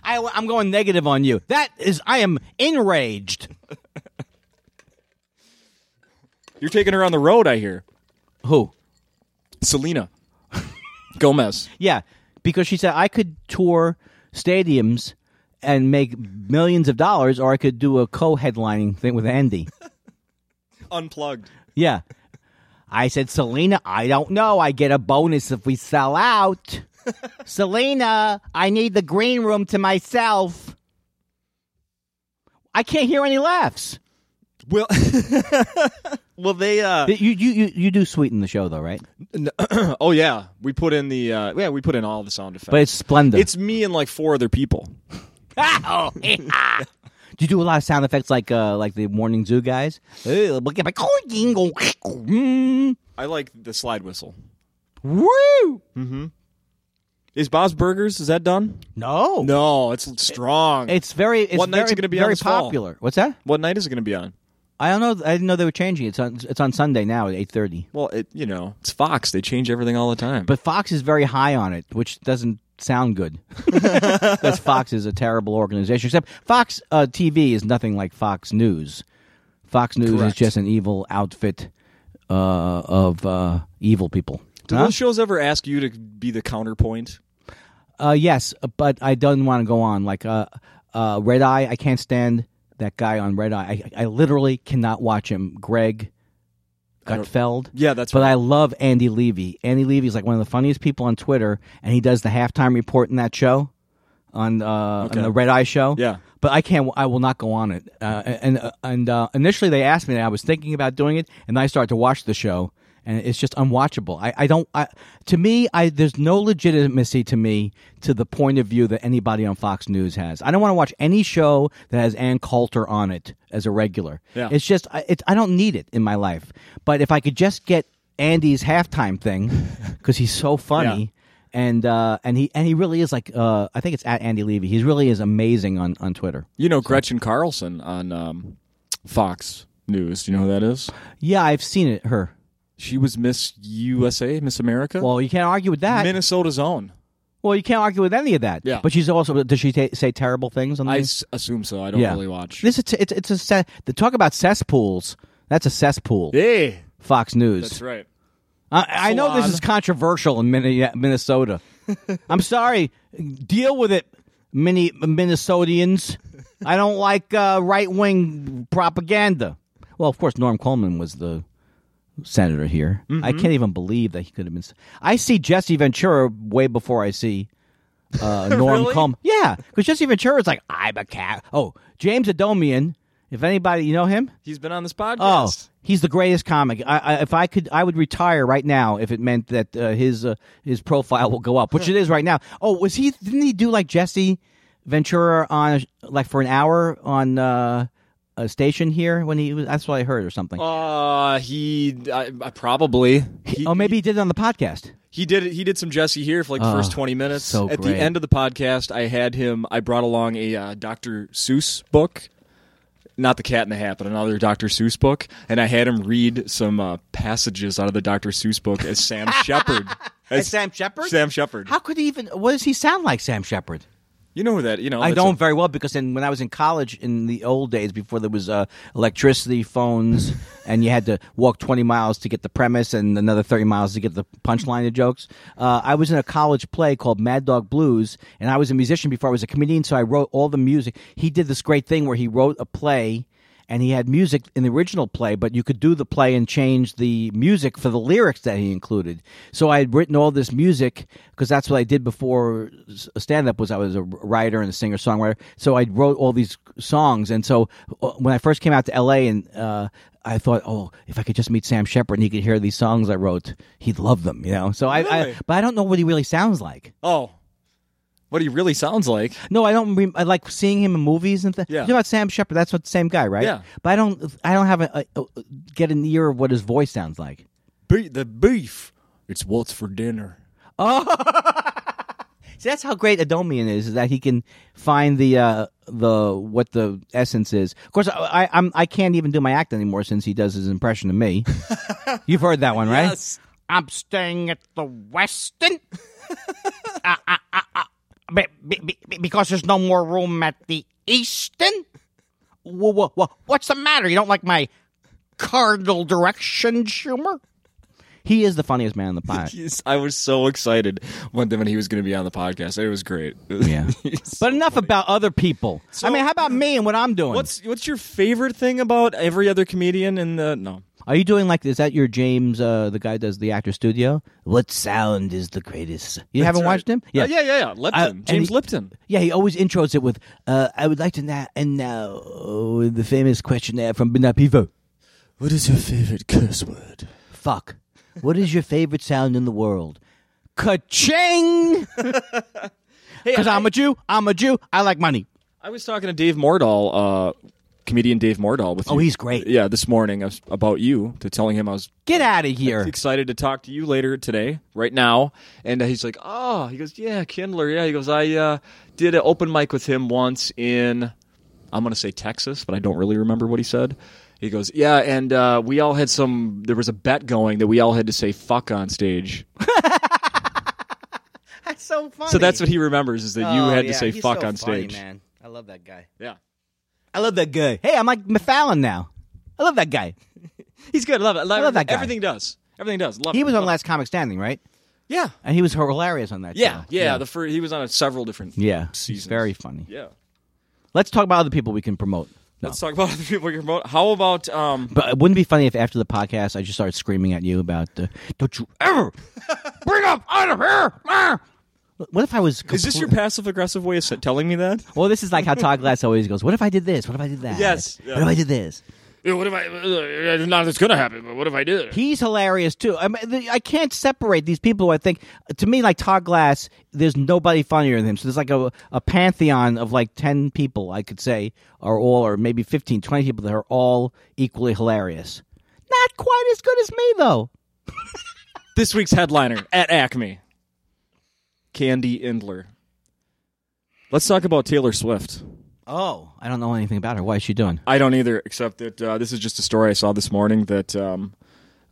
Speaker 1: I, I'm going negative on you. That is, I am enraged.
Speaker 2: You're taking her on the road. I hear
Speaker 1: Who?
Speaker 2: Selena [laughs] Gomez.
Speaker 1: Yeah, because she said I could tour stadiums and make millions of dollars, or I could do a co-headlining thing with Andy. [laughs]
Speaker 2: Unplugged.
Speaker 1: yeah, I said Selena. I don't know. I get a bonus if we sell out. Selena, I need the green room to myself. I can't hear any laughs. [laughs]
Speaker 2: Will Will they uh
Speaker 1: You you you, you do sweeten the show though, right?
Speaker 2: Oh yeah, we put in the uh yeah, we put in all the sound effects.
Speaker 1: But it's splendid.
Speaker 2: it's me and like four other people.
Speaker 1: [laughs] oh, yeah. Do you do a lot of sound effects like uh, like the Morning Zoo
Speaker 2: [laughs]
Speaker 1: guys? Ew, look at my- Mm.
Speaker 2: I like the slide whistle.
Speaker 1: Woo!
Speaker 2: Is Bob's Burgers is that done?
Speaker 1: No,
Speaker 2: No, it's strong.
Speaker 1: it's very it's
Speaker 2: What night's
Speaker 1: very,
Speaker 2: it gonna be on
Speaker 1: very
Speaker 2: this fall?
Speaker 1: popular. What's that?
Speaker 2: what night is it going to be on?
Speaker 1: I don't know. I didn't know they were changing. It's on it's on Sunday now at eight thirty.
Speaker 2: Well, it you know, it's Fox. They change everything all the time.
Speaker 1: But Fox is very high on it, which doesn't sound
Speaker 2: [laughs]
Speaker 1: good. Because Fox is a terrible organization. Except Fox uh, TV is nothing like Fox News. Fox News
Speaker 2: Correct.
Speaker 1: is just an evil outfit uh, of uh, evil people.
Speaker 2: do
Speaker 1: Huh?
Speaker 2: those shows ever ask you to be the counterpoint?
Speaker 1: Uh, yes, but I don't want to go on. Like uh, uh, Red Eye, I can't stand that guy on Red Eye. I, I literally cannot watch him. Greg
Speaker 2: don't-
Speaker 1: Gutfeld.
Speaker 2: Yeah, that's
Speaker 1: But I love Andy Levy. Andy Levy is like one of the funniest people on Twitter, and he does the halftime report in that show, on, uh,
Speaker 2: Okay.
Speaker 1: on the Red Eye show.
Speaker 2: Yeah.
Speaker 1: But I can't. I will not go on it. Uh, and uh, and uh, initially they asked me, and I was thinking about doing it, and I started to watch the show, and it's just unwatchable. I, I don't. I, to me, I there's no legitimacy to me to the point of view that anybody on Fox News has. I don't want to watch any show that has Ann Coulter on it as a regular.
Speaker 2: Yeah.
Speaker 1: It's just I, it, I don't need it in my life. But if I could just get Andy's halftime thing, [laughs] because he's so funny.
Speaker 2: Yeah.
Speaker 1: And uh, and he and he really is like uh, I think it's at Andy Levy. He really is amazing on, on Twitter.
Speaker 2: You know Gretchen Carlson on um, Fox News. Do you know who that is?
Speaker 1: Yeah, I've seen it. Her.
Speaker 2: She was Miss USA, Miss America,
Speaker 1: Well, you can't argue with that.
Speaker 2: Minnesota's own.
Speaker 1: well, you can't argue with any of that.
Speaker 2: Yeah.
Speaker 1: But she's also does she ta say terrible things on the
Speaker 2: I s- assume so. I don't
Speaker 1: Yeah.
Speaker 2: really watch.
Speaker 1: This it's it's, it's a se- the talk about cesspools. That's a cesspool.
Speaker 2: Hey,
Speaker 1: Fox News.
Speaker 2: that's right.
Speaker 1: I, I know this
Speaker 2: Salon.
Speaker 1: is controversial in Minne- Minnesota. I'm sorry. Deal with it, mini Minnesotians. I don't like uh, right wing propaganda. Well, of course, Norm Coleman was the senator here. I can't even believe that he could have been. s- I see Jesse Ventura way before I see uh, Norm
Speaker 2: Really?
Speaker 1: Coleman. Yeah, because Jesse Ventura is like I'm a cat. Oh, James Adomian. If anybody you know him,
Speaker 2: He's been on this
Speaker 1: oh,
Speaker 2: podcast.
Speaker 1: he's the greatest comic. I, I, if I could, I would retire right now if it meant that uh, his uh, his profile will go up, which it is right now. Oh, was he? Didn't he do like Jesse Ventura on like for an hour on uh, a station here when he was? That's what I heard or something.
Speaker 2: Uh, he I, I probably. He,
Speaker 1: oh, maybe Oh, he did it on the podcast.
Speaker 2: he did it. He did some Jesse here for like the first twenty minutes.
Speaker 1: so
Speaker 2: At
Speaker 1: great.
Speaker 2: the end of the podcast, I had him. I brought along a uh, Dr. Seuss book, not the Cat in the Hat, but another Dr. Seuss book, and I had him read some uh, passages out of the Dr. Seuss book as
Speaker 1: [laughs]
Speaker 2: Sam Shepard.
Speaker 1: As Sam Shepard?
Speaker 2: Sam Shepard.
Speaker 1: How could he even? What does he sound like, Sam Shepard?
Speaker 2: you know who that? You know
Speaker 1: I
Speaker 2: that's a-
Speaker 1: don't very well because in, when I was in college in the old days, before there was uh, electricity,
Speaker 2: [laughs]
Speaker 1: phones, and you had to walk 20 miles to get the premise and another 30 miles to get the punchline of jokes, uh, I was in a college play called Mad Dog Blues, and I was a musician before I was a comedian, so I wrote all the music. He did this great thing where he wrote a play. And he had music in the original play, but you could do the play and change the music for the lyrics that he included. So I had written all this music because that's what I did before stand up was I was a writer and a singer songwriter. So I wrote all these songs, and so uh, when I first came out to L.A. and uh, I thought, oh, if I could just meet Sam Shepard and he could hear these songs I wrote, he'd love them, you know. So I, I
Speaker 2: Really?
Speaker 1: but I don't know what he really sounds like.
Speaker 2: Oh, what he really sounds like.
Speaker 1: No, I don't. Re- I like seeing him in movies and things.
Speaker 2: Yeah.
Speaker 1: You know about Sam Shepard? That's what the same guy, right?
Speaker 2: Yeah.
Speaker 1: But I don't. I don't have a, a, a get an ear of what his voice sounds like.
Speaker 2: Be- the beef. It's what's for dinner.
Speaker 1: See, that's how great Adomian is, is that he can find the uh, the what the essence is. Of course, I, I I'm I can't even do my act anymore since he does his impression of
Speaker 2: [laughs]
Speaker 1: me. You've heard that one, right?
Speaker 3: I'm staying at the [laughs] Westin. Uh, uh, uh, uh, be- be- be- because there's no more room at the Easton. Wha- wha- wha- What's the matter? You don't like my cardinal direction humor?
Speaker 1: He is the funniest man on the
Speaker 2: [laughs]
Speaker 1: planet.
Speaker 2: Yes, I was so excited when when he was going to be on the podcast. It was great. [laughs]
Speaker 1: Yeah. But enough about other people. I mean, how about me and what I'm doing?
Speaker 2: What's what's your favorite thing about every other comedian in the no?
Speaker 1: Are you doing like is that your James uh, the guy who does the actor studio? What sound is the greatest? You haven't watched him?
Speaker 2: Oh, Yeah, yeah, yeah, yeah. Lipton,
Speaker 1: Uh, and
Speaker 2: James
Speaker 1: he-
Speaker 2: Lipton.
Speaker 1: Yeah, he always intros it with, uh, "I would like to now and now oh, the famous questionnaire from Benapivo.
Speaker 2: What is your favorite curse word?
Speaker 1: Fuck, what is your favorite sound in the world? [laughs] Ka-ching! Because I'm a Jew. I'm a Jew. I like money.
Speaker 2: I was talking to Dave Mordahl, uh, comedian Dave Mordahl, with
Speaker 1: Oh,
Speaker 2: you-
Speaker 1: he's great.
Speaker 2: Yeah, this morning I was- about you to telling him I was
Speaker 1: Get out of here.
Speaker 2: excited to talk to you later today, right now. And uh, he's like, oh, he goes, yeah, Kindler, yeah. He goes, I uh, did an open mic with him once in, I'm going to say Texas, but I don't really remember what he said. He goes, yeah, and uh, we all had some, there was a bet going that we all had to say fuck on stage.
Speaker 1: That's so funny. Oh,
Speaker 2: So that's what he remembers is that you had to say fuck on stage.
Speaker 1: man. I love that guy.
Speaker 2: Yeah.
Speaker 1: I love that guy. Hey, I'm like McFarlane now. I love that guy.
Speaker 2: He's good. I love it. I love,
Speaker 1: love that guy.
Speaker 2: Everything does. Everything does. Love
Speaker 1: He
Speaker 2: it.
Speaker 1: was on
Speaker 2: Love
Speaker 1: Last Comic Standing, right?
Speaker 2: it. Yeah.
Speaker 1: And he was hilarious on that.
Speaker 2: Yeah.
Speaker 1: show.
Speaker 2: Yeah. The first, he was on several different
Speaker 1: yeah. He's
Speaker 2: seasons.
Speaker 1: very funny.
Speaker 2: Yeah.
Speaker 1: Let's talk about other people we can promote. No.
Speaker 2: Let's talk about other people you promote. How about um,
Speaker 1: But it wouldn't it be funny if after the podcast I just started screaming at you about uh, don't you ever bring up out of here. Arr!" What if I was?
Speaker 2: Is this your
Speaker 1: compl-
Speaker 2: passive aggressive way of s- telling me that?
Speaker 1: well? This is like
Speaker 2: [laughs]
Speaker 1: how Todd Glass always goes. What if I did this? What if I did that?
Speaker 2: Yes, yeah.
Speaker 1: What if I did this?
Speaker 4: What if I? Uh, not that's gonna happen. But what if I did?
Speaker 1: He's hilarious too. I mean, the- I can't separate these people. who I think to me, like Todd Glass, there's nobody funnier than him. So there's like a, a pantheon of like ten people I could say are all, or maybe 15, 20 people that are all equally hilarious. Not quite as good as me though.
Speaker 2: This week's headliner at Acme Candy Indler. Let's talk about Taylor Swift.
Speaker 1: Oh, I don't know anything about her. Why is she doing?
Speaker 2: I don't either, except that uh, this is just a story I saw this morning that um,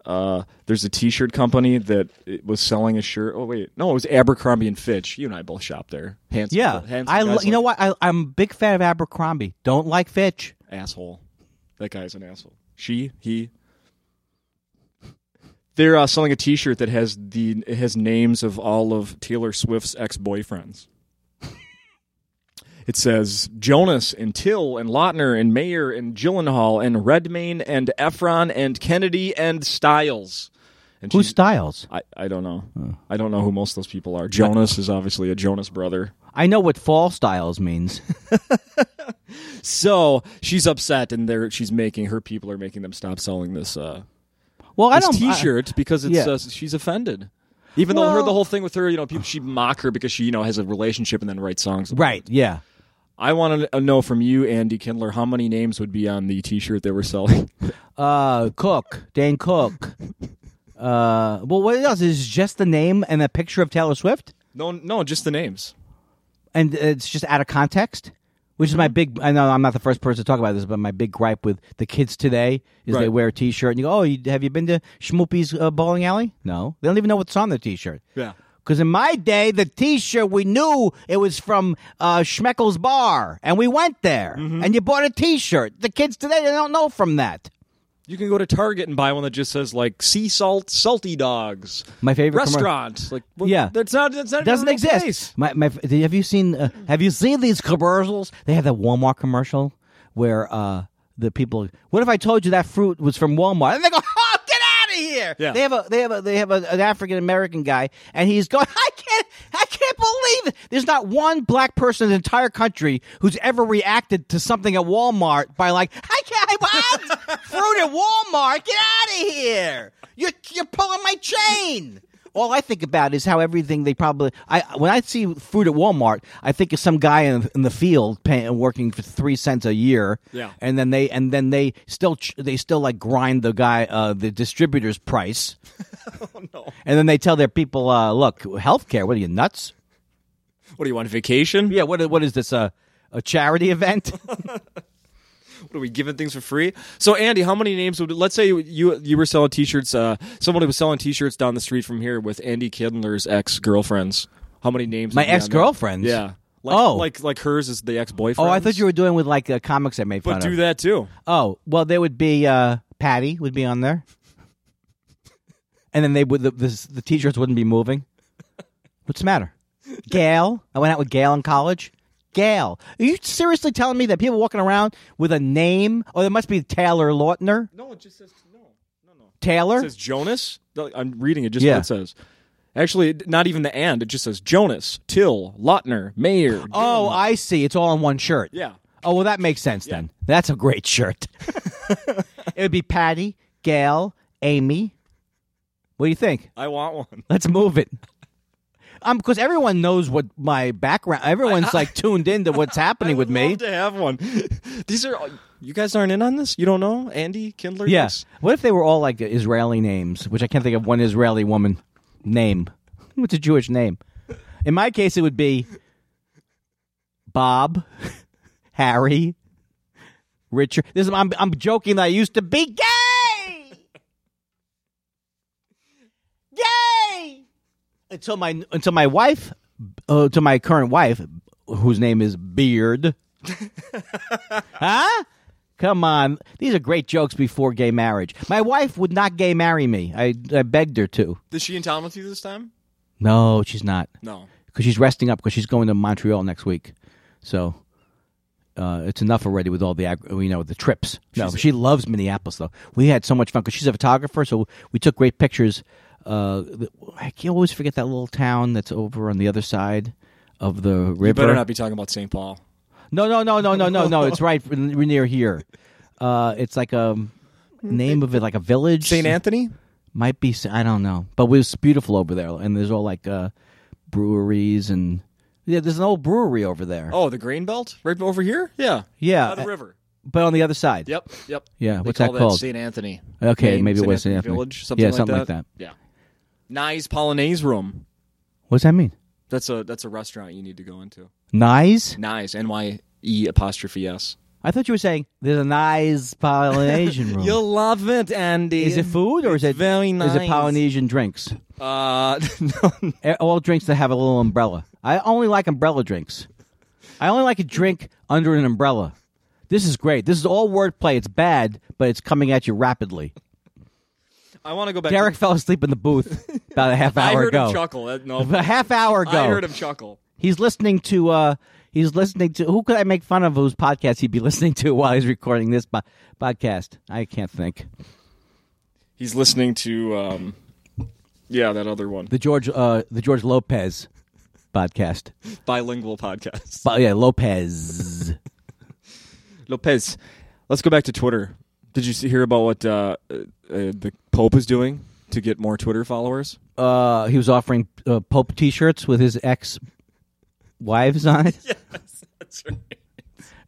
Speaker 2: uh, there's a t shirt company that it was selling a shirt. Oh, wait. No, it was Abercrombie and Fitch. You and I both shop there. Handsome,
Speaker 1: Yeah,
Speaker 2: handsome
Speaker 1: I.
Speaker 2: guys
Speaker 1: Lo-
Speaker 2: like
Speaker 1: you know what? I, I'm a big fan of Abercrombie. Don't like Fitch.
Speaker 2: asshole. That guy's an asshole. She, he. They're uh, selling a T-shirt that has the it has names of all of Taylor Swift's ex boyfriends. It says Jonas and Till and Lautner and Mayer and Gyllenhaal and Redmayne and Efron and Kennedy and Styles. And
Speaker 1: Who's
Speaker 2: she's-
Speaker 1: Styles?
Speaker 2: I, I don't know. I don't know who most of those people are. Jonas is obviously a Jonas brother.
Speaker 1: I know what fall styles means. [laughs]
Speaker 2: So she's upset, and they're she's making her people are making them stop selling this uh,
Speaker 1: Well, I
Speaker 2: this
Speaker 1: don't. I-
Speaker 2: T-shirt because it's
Speaker 1: yeah.
Speaker 2: uh, she's offended. Even though her
Speaker 1: Well-
Speaker 2: the whole thing with her, you know, people she mock her because she you know has a relationship and then writes songs. about
Speaker 1: right.
Speaker 2: it.
Speaker 1: Yeah.
Speaker 2: I want to know from you, Andy Kindler, how many names would be on the T-shirt they were selling? [laughs]
Speaker 1: Uh, Cook. Dan Cook. Uh, well, what else is it just the name and a picture of Taylor Swift,
Speaker 2: no, no, just the names.
Speaker 1: and it's just out of context. Which is
Speaker 2: Mm-hmm.
Speaker 1: my big. I know I'm not the first person to talk about this, but my big gripe with the kids today is they
Speaker 2: Right.
Speaker 1: wear a T-shirt and you go, "Oh, you, have you been to Schmoopy's uh, bowling alley?" No, they don't even know what's on the T-shirt.
Speaker 2: Yeah.
Speaker 1: Because in my day, the T-shirt we knew it was from uh, Schmeckel's Bar, and we went there,
Speaker 2: Mm-hmm.
Speaker 1: and you bought a T-shirt. The kids today they don't know from that.
Speaker 2: You can go to Target and buy one that just says like sea salt, salty dogs.
Speaker 1: My favorite commer-
Speaker 2: restaurant. like well,
Speaker 1: Yeah.
Speaker 2: that's not that's not even
Speaker 1: Doesn't
Speaker 2: a real
Speaker 1: exist.
Speaker 2: place.
Speaker 1: My, my, have you seen? Uh, have you seen these commercials? They had that Walmart commercial where uh, the people. What if I told you that fruit was from Walmart? And they go, [laughs] "Oh, get out of here!"
Speaker 2: Yeah.
Speaker 1: They have a they have a they have a, an African American guy, and he's [laughs] going, "I can't, I can't believe it." There's not one black person in the entire country who's ever reacted to something at Walmart by like, "I can't,
Speaker 2: [laughs]
Speaker 1: what fruit at Walmart? Get out of here! You're you're pulling my chain." All I think about is how everything they probably. I when I see fruit at Walmart, I think of some guy in, in the field paying, working for three cents a year.
Speaker 2: Yeah.
Speaker 1: and then they and then they still ch- they still like grind the guy uh, the distributor's
Speaker 2: [laughs]
Speaker 1: price.
Speaker 2: Oh,
Speaker 1: And then they tell their people, uh, look, healthcare. What are you nuts?
Speaker 2: What do you want? Vacation?
Speaker 1: Yeah. What what is this a a charity
Speaker 2: [laughs]
Speaker 1: event?
Speaker 2: What are we giving things for free? So Andy, how many names would let's say you you, you were selling T-shirts? Uh, somebody was selling T-shirts down the street from here with Andy Kindler's ex girlfriends. How many names?
Speaker 1: My
Speaker 2: would be on there?
Speaker 1: ex-girlfriends?
Speaker 2: Yeah. Like,
Speaker 1: Oh.
Speaker 2: like like hers is the ex boyfriend.
Speaker 1: oh, I thought you were doing with like uh, comics I made fun
Speaker 2: But do
Speaker 1: of.
Speaker 2: that too.
Speaker 1: Oh, well, there would be uh, Patty would be on there, and then they would the, the, the t-shirts wouldn't be moving. What's the matter? Gail, I went out with Gail in college. Gail, are you seriously telling me that people walking around with a name? Oh, there must be Taylor Lautner.
Speaker 2: No, it just says no.
Speaker 1: Taylor.
Speaker 2: It says Jonas. No, I'm reading it just
Speaker 1: Yeah.
Speaker 2: what it says. Actually, it- not even the and. It just says Jonas, Till, Lautner, Mayer.
Speaker 1: oh, I see. It's all on one shirt.
Speaker 2: yeah.
Speaker 1: Oh well, that makes sense then. That's a great shirt.
Speaker 2: [laughs]
Speaker 1: it would be Patty, Gail, Amy. What do you think?
Speaker 2: I want one.
Speaker 1: Let's move it. Um, because everyone knows what my background. Everyone's like tuned into what's happening [laughs]
Speaker 2: [laughs]
Speaker 1: with
Speaker 2: I'd
Speaker 1: me.
Speaker 2: love to have one. These are you guys aren't in on this. You don't know Andy Kindler.
Speaker 1: Yes. What if they were all like Israeli names, which I can't think of one Israeli woman name. What's a Jewish name? In my case, it would be Bob, [laughs] Harry, Richard. This is, I'm, I'm joking that I used to be gay! Gay! Until my, until my wife, uh, to my current wife, whose name is Beard. huh? Come on. These are great jokes before gay marriage. My wife would not gay marry me. I, I begged her to.
Speaker 2: Is she in town with you this time?
Speaker 1: No, she's not.
Speaker 2: No.
Speaker 1: Because she's resting up because she's going to Montreal next week. So uh, it's enough already with all the, ag- you know, the trips. No, she loves Minneapolis, though. We had so much fun because she's a photographer, so we took great pictures. Uh, th- I can always forget that little town that's over on the other side of the river.
Speaker 2: Better not be talking about St. Paul.
Speaker 1: No, no, no, no, no, no, no.
Speaker 2: [laughs]
Speaker 1: It's right n- near here. Uh, it's like a name of it, like a village.
Speaker 2: St. Anthony.
Speaker 1: Might be. I don't know. But it was beautiful over there, and there's all like uh, breweries and yeah. There's an old brewery over there.
Speaker 2: Oh, the grain belt right over here. Yeah.
Speaker 1: yeah, uh,
Speaker 2: By the river.
Speaker 1: but on the other side.
Speaker 2: Yep. Yep.
Speaker 1: Yeah,
Speaker 2: They
Speaker 1: what's
Speaker 2: call
Speaker 1: that called?
Speaker 2: St. Anthony.
Speaker 1: Okay,
Speaker 2: Maine,
Speaker 1: maybe it was St. Anthony.
Speaker 2: Village. Something
Speaker 1: Yeah,
Speaker 2: like
Speaker 1: something
Speaker 2: that.
Speaker 1: like that.
Speaker 2: Yeah. Nice Polonaise room.
Speaker 1: What's that mean?
Speaker 2: That's a that's a restaurant you need to go into.
Speaker 1: Nice.
Speaker 2: Nice. N Y E apostrophe S.
Speaker 1: I thought you were saying there's a
Speaker 2: [laughs]
Speaker 1: nice Polynesian room.
Speaker 2: love it, Andy.
Speaker 1: Oh. is it food or is it Is it Polynesian drinks?
Speaker 2: Uh, [laughs] no,
Speaker 1: Eh, All drinks that have a little umbrella. I only like umbrella drinks. I only like a drink under an umbrella. This is great. This is all wordplay. It's bad, but it's coming at you rapidly.
Speaker 2: I want to go back.
Speaker 1: Derek
Speaker 2: to,
Speaker 1: fell asleep in the booth about a half
Speaker 2: [laughs] I
Speaker 1: hour
Speaker 2: heard
Speaker 1: ago. [laughs]
Speaker 2: him chuckle. Uh, No,
Speaker 1: A half hour ago.
Speaker 2: I heard him chuckle.
Speaker 1: He's listening to uh He's listening to who could I make fun of whose podcast he'd be [laughs] listening to while he's recording this po- podcast? I can't think.
Speaker 2: He's listening to, um, yeah, that other one
Speaker 1: The George uh the George Lopez podcast.
Speaker 2: bilingual podcast.
Speaker 1: But yeah, Lopez.
Speaker 2: Lopez, let's go back to Twitter. Did you see- hear about what uh, uh, uh, the Pope is doing to get more Twitter followers?
Speaker 1: uh he was offering uh, Pope t-shirts with his ex wives on
Speaker 2: [laughs]
Speaker 1: it.
Speaker 2: That's right.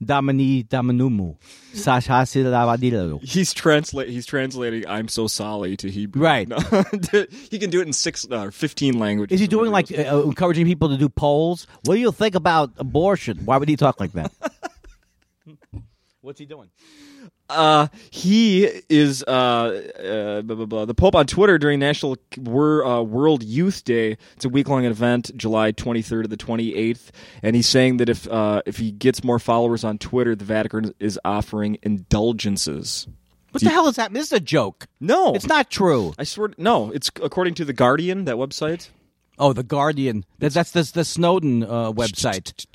Speaker 1: Domini Dominumu. Sasha Silavadilo.
Speaker 2: He's translate. He's translating. I'm so sorry to Hebrew.
Speaker 1: Right.
Speaker 2: No. [laughs] he can do it in six uh, fifteen languages.
Speaker 1: Is he
Speaker 2: or
Speaker 1: doing
Speaker 2: whatever
Speaker 1: like
Speaker 2: it
Speaker 1: uh, encouraging people to do polls? What do you think about abortion? Why would he talk like [laughs] that? What's he doing?
Speaker 2: was. Uh, he is uh, uh, blah, blah, blah. the Pope on Twitter during National Wor- uh, World Youth Day. It's a week long event, July 23rd to the 28th, and he's saying that if uh, if he gets more followers on Twitter, the Vatican is offering indulgences.
Speaker 1: What the hell is that? This is a joke.
Speaker 2: No,
Speaker 1: It's not true.
Speaker 2: I swear, no. It's according to the Guardian, that website.
Speaker 1: Oh, the Guardian. That, that's the, the Snowden uh, website.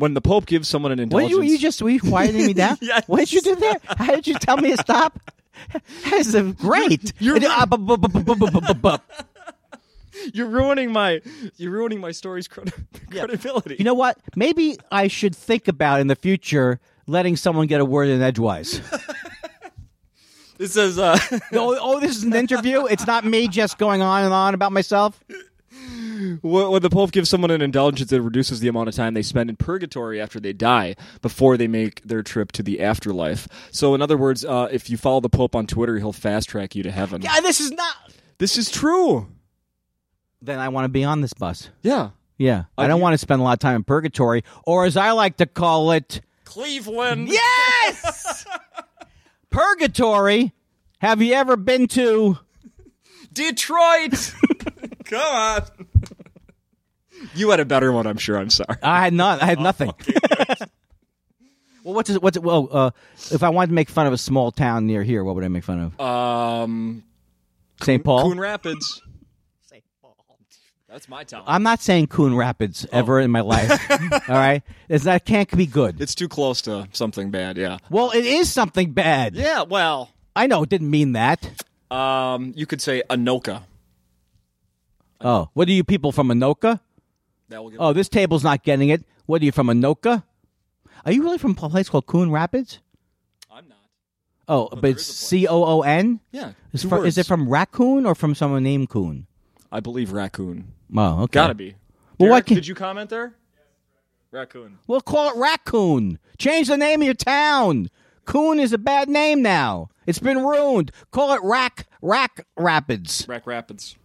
Speaker 2: When the Pope gives someone an
Speaker 1: What did
Speaker 2: indulgence,
Speaker 1: you, you just were you quieting me [laughs] down?
Speaker 2: Yes.
Speaker 1: What did you do there? How did you tell me to stop? [laughs] That's uh, great.
Speaker 2: You're-
Speaker 1: It- ah, bu- bu- bu- bu- bu- bu- bu- bu- bu-
Speaker 2: you're ruining my you're ruining my story's credi- credibility.
Speaker 1: You know what? Maybe I should think about in the future letting someone get a word in edgewise.
Speaker 2: this is uh,
Speaker 1: [laughs] oh, oh, this is an interview. It's not me just going on and on about myself.
Speaker 2: when when the Pope gives someone an indulgence, it reduces the amount of time they spend in purgatory after they die before they make their trip to the afterlife. So, in other words, uh, if you follow the Pope on Twitter, he'll fast track you to heaven.
Speaker 1: Yeah, this is not.
Speaker 2: This is true.
Speaker 1: Then I want to be on this bus.
Speaker 2: Yeah,
Speaker 1: Yeah,
Speaker 2: Oh,
Speaker 1: I don't want to spend a lot of time in purgatory, or as I like to call it,
Speaker 2: Cleveland.
Speaker 1: yes, purgatory. Have you ever been to?
Speaker 2: [laughs] Detroit. Come on. You had a better one, I'm sure. I'm sorry.
Speaker 1: I had not. I
Speaker 2: Oh,
Speaker 1: had nothing. [laughs] well, what's it, what's it, well? Uh, if I wanted to make fun of a small town near here, what would I make fun of?
Speaker 2: Um,
Speaker 1: St. Paul.
Speaker 2: Coon Rapids. That's my town.
Speaker 1: I'm not saying Coon Rapids
Speaker 2: Oh.
Speaker 1: ever in my
Speaker 2: [laughs]
Speaker 1: life. all right, it's that can't be good.
Speaker 2: it's too close to something bad. Yeah.
Speaker 1: well, it is something bad.
Speaker 2: Yeah. Well,
Speaker 1: I know. It didn't mean that.
Speaker 2: um, you could say Anoka.
Speaker 1: Oh, what are you people from Anoka?
Speaker 2: That will get.
Speaker 1: Oh, this table's not getting it. What are you from Anoka? Are you really from a place called Coon Rapids?
Speaker 2: I'm not.
Speaker 1: Oh, but it's C O O N.
Speaker 2: Yeah.
Speaker 1: Is,
Speaker 2: two
Speaker 1: fro- is
Speaker 2: words.
Speaker 1: it from Raccoon or from someone named Coon?
Speaker 2: I believe raccoon.
Speaker 1: Oh, okay.
Speaker 2: Gotta be.
Speaker 1: Well, why
Speaker 2: Derek,
Speaker 1: can't-
Speaker 2: did you comment there? Raccoon.
Speaker 1: We'll call it Raccoon. Change the name of your town. Coon is a bad name now. It's been ruined. Call it Rack Rack Rapids.
Speaker 2: Rack Rapids.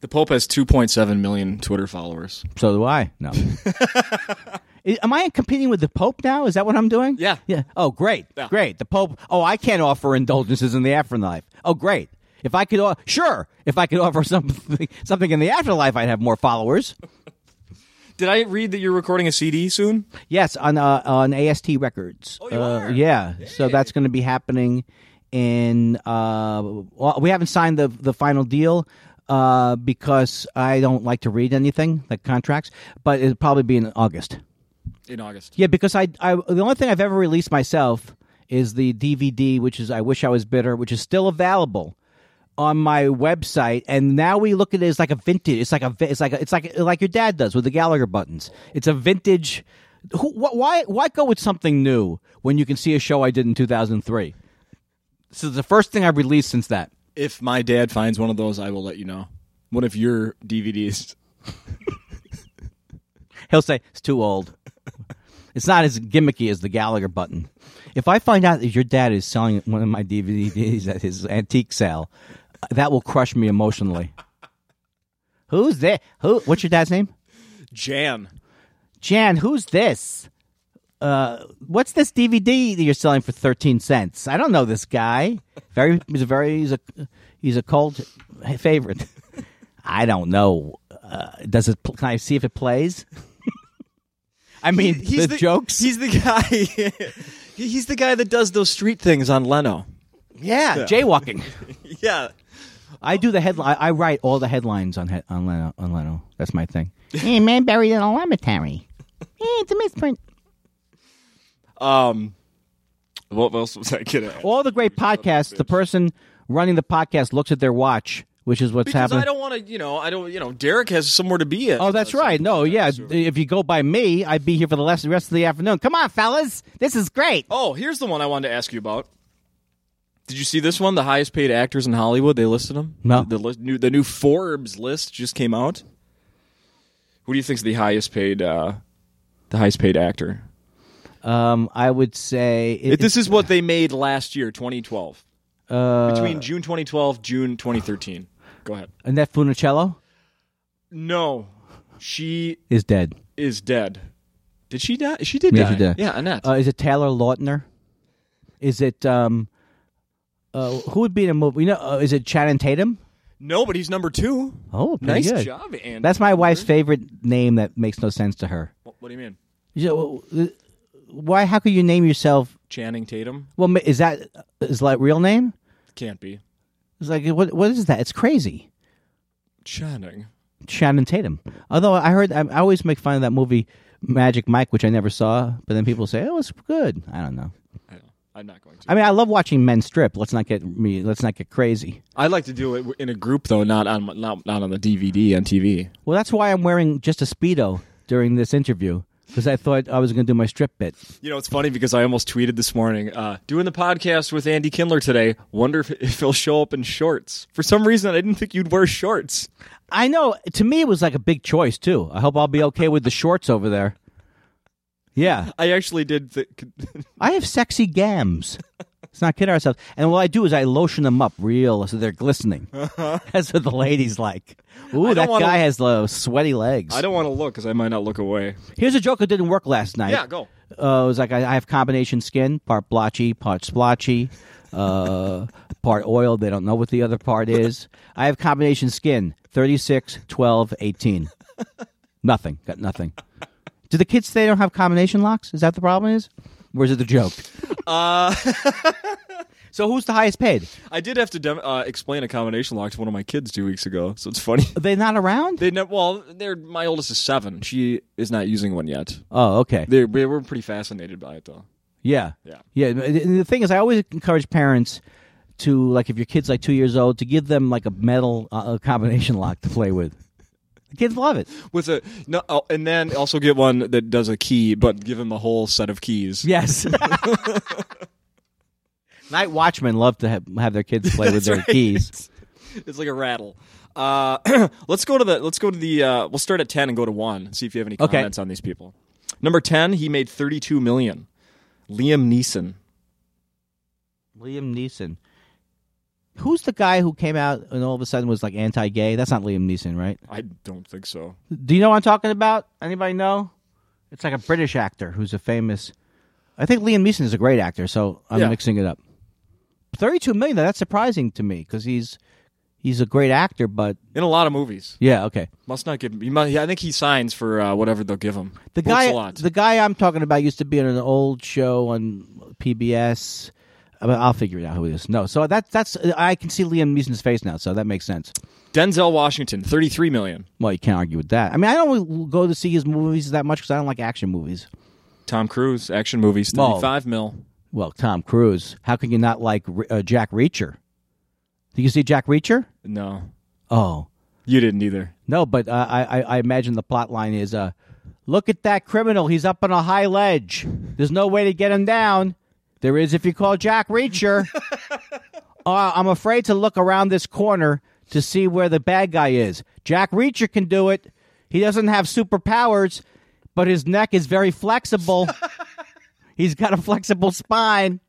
Speaker 2: The Pope has 2.7 million Twitter followers.
Speaker 1: So do I.
Speaker 2: [laughs]
Speaker 1: No. I- Am I competing with the Pope now? Is that what I'm doing?
Speaker 2: Yeah.
Speaker 1: Yeah. Oh, great.
Speaker 2: Yeah.
Speaker 1: Great. The Pope. Oh, I can't offer indulgences in the afterlife. Oh, great. If I could, o- sure. If I could [laughs] offer something, something in the afterlife, I'd have more followers.
Speaker 2: Did I read that you're recording a CD soon?
Speaker 1: Yes, on uh, on AST Records.
Speaker 2: Oh, you
Speaker 1: uh,
Speaker 2: are?
Speaker 1: Yeah. So that's going to be happening in. Uh, well, we haven't signed the the final deal uh, because I don't like to read anything like contracts, but it'll probably be in August.
Speaker 2: In August.
Speaker 1: Yeah, because I, I the only thing I've ever released myself is the DVD, which is I wish I was bitter, which is still available on my website. And now we look at it as like a vintage. It's like a vi- it's like a, it's like like your dad does with the Gallagher buttons. It's a vintage. Who, wh- why why go with something new when you can see a show I did in two thousand three? This is the first thing I've released since that.
Speaker 2: If my dad finds one of those, I will let you know. One of your DVDs.
Speaker 1: He'll say it's too old. It's not as gimmicky as the Gallagher button. If I find out that your dad is selling one of my DVDs at his antique sale, that will crush me emotionally. Who's this? Who? What's your dad's name?
Speaker 2: Jan.
Speaker 1: Jan. Who's this? Uh, what's this DVD that you're selling for thirteen cents? I don't know this guy. Very, he's a very, he's a, he's a cult favorite. [laughs] I don't know. Uh, does it? pl- Can I see if it plays? [laughs] I mean, the, jokes.
Speaker 2: He's the guy. [laughs] he- he's the guy that does those street things on Leno.
Speaker 1: Yeah, jaywalking.
Speaker 2: Yeah.
Speaker 1: I do the headline. I write all the headlines on he- on Leno. On Leno, that's my thing.
Speaker 3: hey, man buried in a cemetery. Hey, it's a misprint.
Speaker 2: Um, what else was I gonna? Add?
Speaker 1: All the great podcasts, the person running the podcast looks at their watch, which is what's
Speaker 2: Because
Speaker 1: happening.
Speaker 2: I don't want to, you know, I don't, you know, Derek has somewhere to be at.
Speaker 1: Oh, that's right. No, yeah. If you go by me, I'd be here for the last, rest of the afternoon. Come on, fellas. This is great.
Speaker 2: Oh, here's the one I wanted to ask you about. Did you see this one? The highest paid actors in Hollywood. They listed them.
Speaker 1: No.
Speaker 2: The, list new the new Forbes list just came out. Who do you think's the highest paid? Uh, the highest paid actor.
Speaker 1: Um, I would say it,
Speaker 2: this is what they made last year, 2012. Uh, Between June 2012, June 2013. Go ahead.
Speaker 1: Annette Funicello
Speaker 2: No, she
Speaker 1: is dead.
Speaker 2: is dead. Did she die? She did
Speaker 1: Yeah,
Speaker 2: die.
Speaker 1: she did.
Speaker 2: Yeah, Annette.
Speaker 1: Uh, is it Taylor Lautner? Is it um, uh, who would be in a movie? You know, uh, is it Channing Tatum?
Speaker 2: no, but he's number two.
Speaker 1: Oh, pretty
Speaker 2: Nice
Speaker 1: good.
Speaker 2: job, Andy.
Speaker 1: That's my wife's favorite name. That makes no sense to her.
Speaker 2: What, what do you mean?
Speaker 1: You know, uh, why? How could you name yourself?
Speaker 2: Channing Tatum
Speaker 1: Well, ma- is that is that real name?
Speaker 2: can't be
Speaker 1: It's like what? What is that? It's crazy.
Speaker 2: Channing.
Speaker 1: Shannon Tatum. Although I heard, I, I always make fun of that movie Magic Mike, which I never saw. But then people say, "Oh, it's good." I don't know.
Speaker 2: I don't, I'm not going to.
Speaker 1: I mean, I love watching men strip. Let's not get me. Let's not get crazy.
Speaker 2: I'd like to do it in a group though, not on not, not on the DVD on TV.
Speaker 1: Well, that's why I'm wearing just a speedo during this interview because I thought I was going to do my strip bit.
Speaker 2: You know, it's funny because I almost tweeted this morning uh, doing the podcast with Andy Kindler today. Wonder if, if he'll show up in shorts. For some reason, I didn't think you'd wear shorts.
Speaker 1: I know. To me, it was like a big choice too. I hope I'll be okay with the shorts over there. Yeah,
Speaker 2: I actually did. Th-
Speaker 1: I have sexy gams. Let's not kid ourselves. And what I do is I lotion them up real so they're
Speaker 2: [laughs]
Speaker 1: glistening. That's what the ladies like. Ooh,
Speaker 2: Uh-huh. don't
Speaker 1: that
Speaker 2: wanna-
Speaker 1: guy has low sweaty legs.
Speaker 2: [laughs] I don't want to look because I might not look away.
Speaker 1: Here's a joke that didn't work last night.
Speaker 2: Yeah, go.
Speaker 1: Uh, it was like I, I have combination skin, part blotchy, part splotchy, uh, part oil. They don't know what the other part is. I have combination skin, 36, 12, 18. nothing. Got nothing. Do the kids say they don't have combination locks? Is that the problem is? Or is it the joke? Uh... so who's the highest paid?
Speaker 2: I did have to dem- uh, explain a combination lock to one of my kids two weeks ago, so it's funny.
Speaker 1: Are they not around?
Speaker 2: They ne- well, they're my oldest is seven. She is not using one yet.
Speaker 1: Oh, okay.
Speaker 2: They're, they were pretty fascinated by it though.
Speaker 1: Yeah.
Speaker 2: Yeah.
Speaker 1: Yeah. And the thing is, I always encourage parents to, like, if your kid's like two years old, to give them like a metal uh, combination [laughs] lock to play with. The kids love it.
Speaker 2: With a no, oh, and then also get one that does a key, but give him the whole set of keys.
Speaker 1: Yes. [laughs] Night watchmen love to have, have their kids play with their keys.
Speaker 2: [laughs] It's like a rattle. Uh, [clears throat] let's go to the. Let's go to the. Uh, we'll start at ten and go to one. See if you have any
Speaker 1: Okay.
Speaker 2: comments on these people. Number ten, he made thirty-two million. Liam Neeson.
Speaker 1: Liam Neeson. Who's the guy who came out and all of a sudden was like anti-gay? That's not Liam Neeson, right?
Speaker 2: I don't think so.
Speaker 1: Do you know what I'm talking about? Anybody know? It's like a British actor who's a famous. I think Liam Neeson is a great actor, so I'm
Speaker 2: Yeah.
Speaker 1: mixing it up. Thirty-two million. though, That's surprising to me because he's he's a great actor, but
Speaker 2: In a lot of movies,
Speaker 1: yeah, okay.
Speaker 2: must not give. Him, he mu- I think he signs for uh, whatever they'll give him.
Speaker 1: The
Speaker 2: Books
Speaker 1: guy,
Speaker 2: a lot.
Speaker 1: the guy I'm talking about, used to be in an old show on PBS. I mean, I'll figure it out who it is. No, so that that's I can see Liam Neeson's face now, so that makes sense.
Speaker 2: Denzel Washington, thirty-three million.
Speaker 1: Well, you can't argue with that. I mean, I don't go to see his movies that much because I don't like action movies.
Speaker 2: Tom Cruise, action movies,
Speaker 1: Well-
Speaker 2: thirty-five mil.
Speaker 1: Well, Tom Cruise. How can you not like Re- uh, Jack Reacher? Did you see Jack Reacher?
Speaker 2: No,
Speaker 1: Oh
Speaker 2: you didn't either.
Speaker 1: no, but uh, I, I I imagine the plot line is uh, look at that criminal. He's up on a high ledge. There's no way to get him down. There is if you call Jack Reacher. uh, I'm afraid to look around this corner to see where the bad guy is. Jack Reacher can do it. He doesn't have superpowers, but his neck is very flexible. He's got a flexible spine.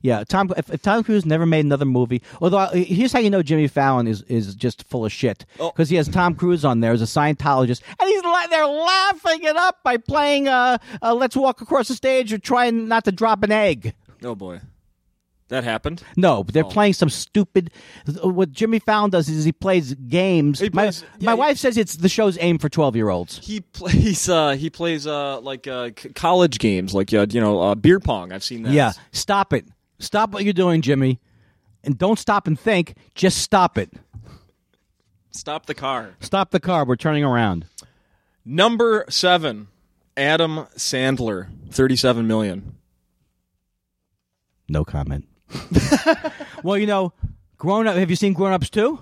Speaker 1: Yeah, Tom. If, if Tom Cruise never made another movie, although uh, here's how you know Jimmy Fallon is is just full of shit
Speaker 2: Oh.
Speaker 1: because he has Tom Cruise on there as a Scientologist, and he's la- they're laughing it up by playing uh, uh, "Let's Walk Across the Stage" or trying not to drop an egg.
Speaker 2: Oh boy, that happened.
Speaker 1: No,
Speaker 2: Oh.
Speaker 1: but they're playing some stupid. uh, What Jimmy Fallon does is he plays games.
Speaker 2: He
Speaker 1: my
Speaker 2: plays-
Speaker 1: my
Speaker 2: yeah, he-
Speaker 1: wife says it's the show's aimed for twelve year olds.
Speaker 2: He plays. Uh, he plays uh, like uh, c- college games, like uh, you know, uh, beer pong. I've seen that.
Speaker 1: Yeah, stop it. Stop what you're doing, Jimmy, and don't stop and think. Just stop it.
Speaker 2: Stop the car.
Speaker 1: Stop the car. We're turning around.
Speaker 2: Number seven, Adam Sandler, thirty-seven million.
Speaker 1: No comment. [laughs] well, you know, grown up. Have you seen Grown Ups too?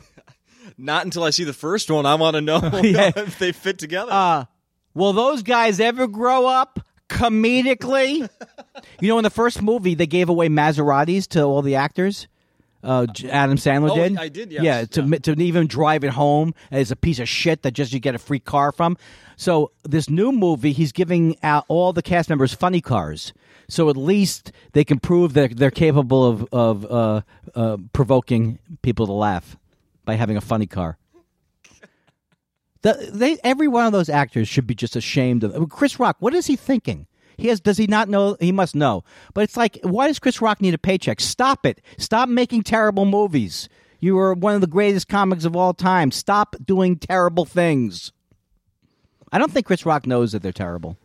Speaker 2: Not until I see the first one, I want
Speaker 1: [laughs]
Speaker 2: to know [laughs] if they fit together.
Speaker 1: Uh, Will those guys ever grow up comedically? you know, in the first movie, they gave away Maseratis to all the actors. Uh, J- Adam Sandler
Speaker 2: oh,
Speaker 1: did.
Speaker 2: I did, yes,
Speaker 1: Yeah, to
Speaker 2: yeah.
Speaker 1: mi- to even drive it home as a piece of shit that just you get a free car from. So this new movie, he's giving out all the cast members funny cars. So at least they can prove that they're capable of of uh, uh, provoking people to laugh by having a funny car. The, they, every one of those actors should be just ashamed of Chris Rock. What is he thinking? He has, does he not know? He must know. But it's like, why does Chris Rock need a paycheck? Stop it! Stop making terrible movies. You are one of the greatest comics of all time. Stop doing terrible things. I don't think Chris Rock knows that they're terrible.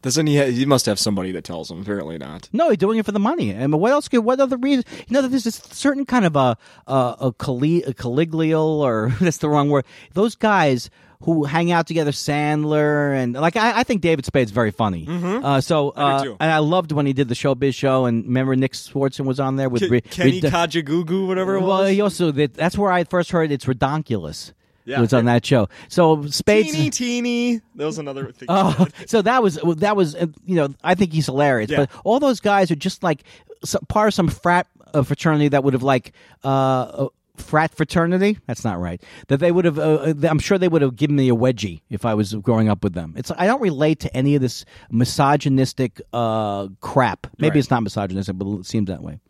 Speaker 2: Doesn't he? Ha- he must have somebody that tells him. Apparently not.
Speaker 1: No, he's doing it for the money. I mean, what else? Could, what other reason? You know, there's this certain kind of a a, a, Cali- a Caliglial, or [laughs] that's the wrong word. Those guys who hang out together, Sandler and like I, I think David Spade's very funny. Uh, so uh,
Speaker 2: Mm-hmm. too.
Speaker 1: and I loved when he did the Showbiz show, and remember Nick Swartzen was on there with Re-
Speaker 2: Kenny
Speaker 1: Re-
Speaker 2: Kajagoogoo, whatever it
Speaker 1: well,
Speaker 2: was.
Speaker 1: he also did, that's where I first heard it's redonkulous.
Speaker 2: Yeah.
Speaker 1: was on that show. So Spade's
Speaker 2: teeny teeny. That was another thing.
Speaker 1: [laughs] Oh, so that was that was uh, you know I think he's hilarious,
Speaker 2: Yeah.
Speaker 1: but all those guys are just like so- part of some frat uh, fraternity that would have like uh, uh, frat fraternity. That's not right. That they would have. Uh, uh, I'm sure they would have given me a wedgie if I was growing up with them. It's I don't relate to any of this misogynistic uh, crap. Maybe it's not misogynistic, but it seems that way.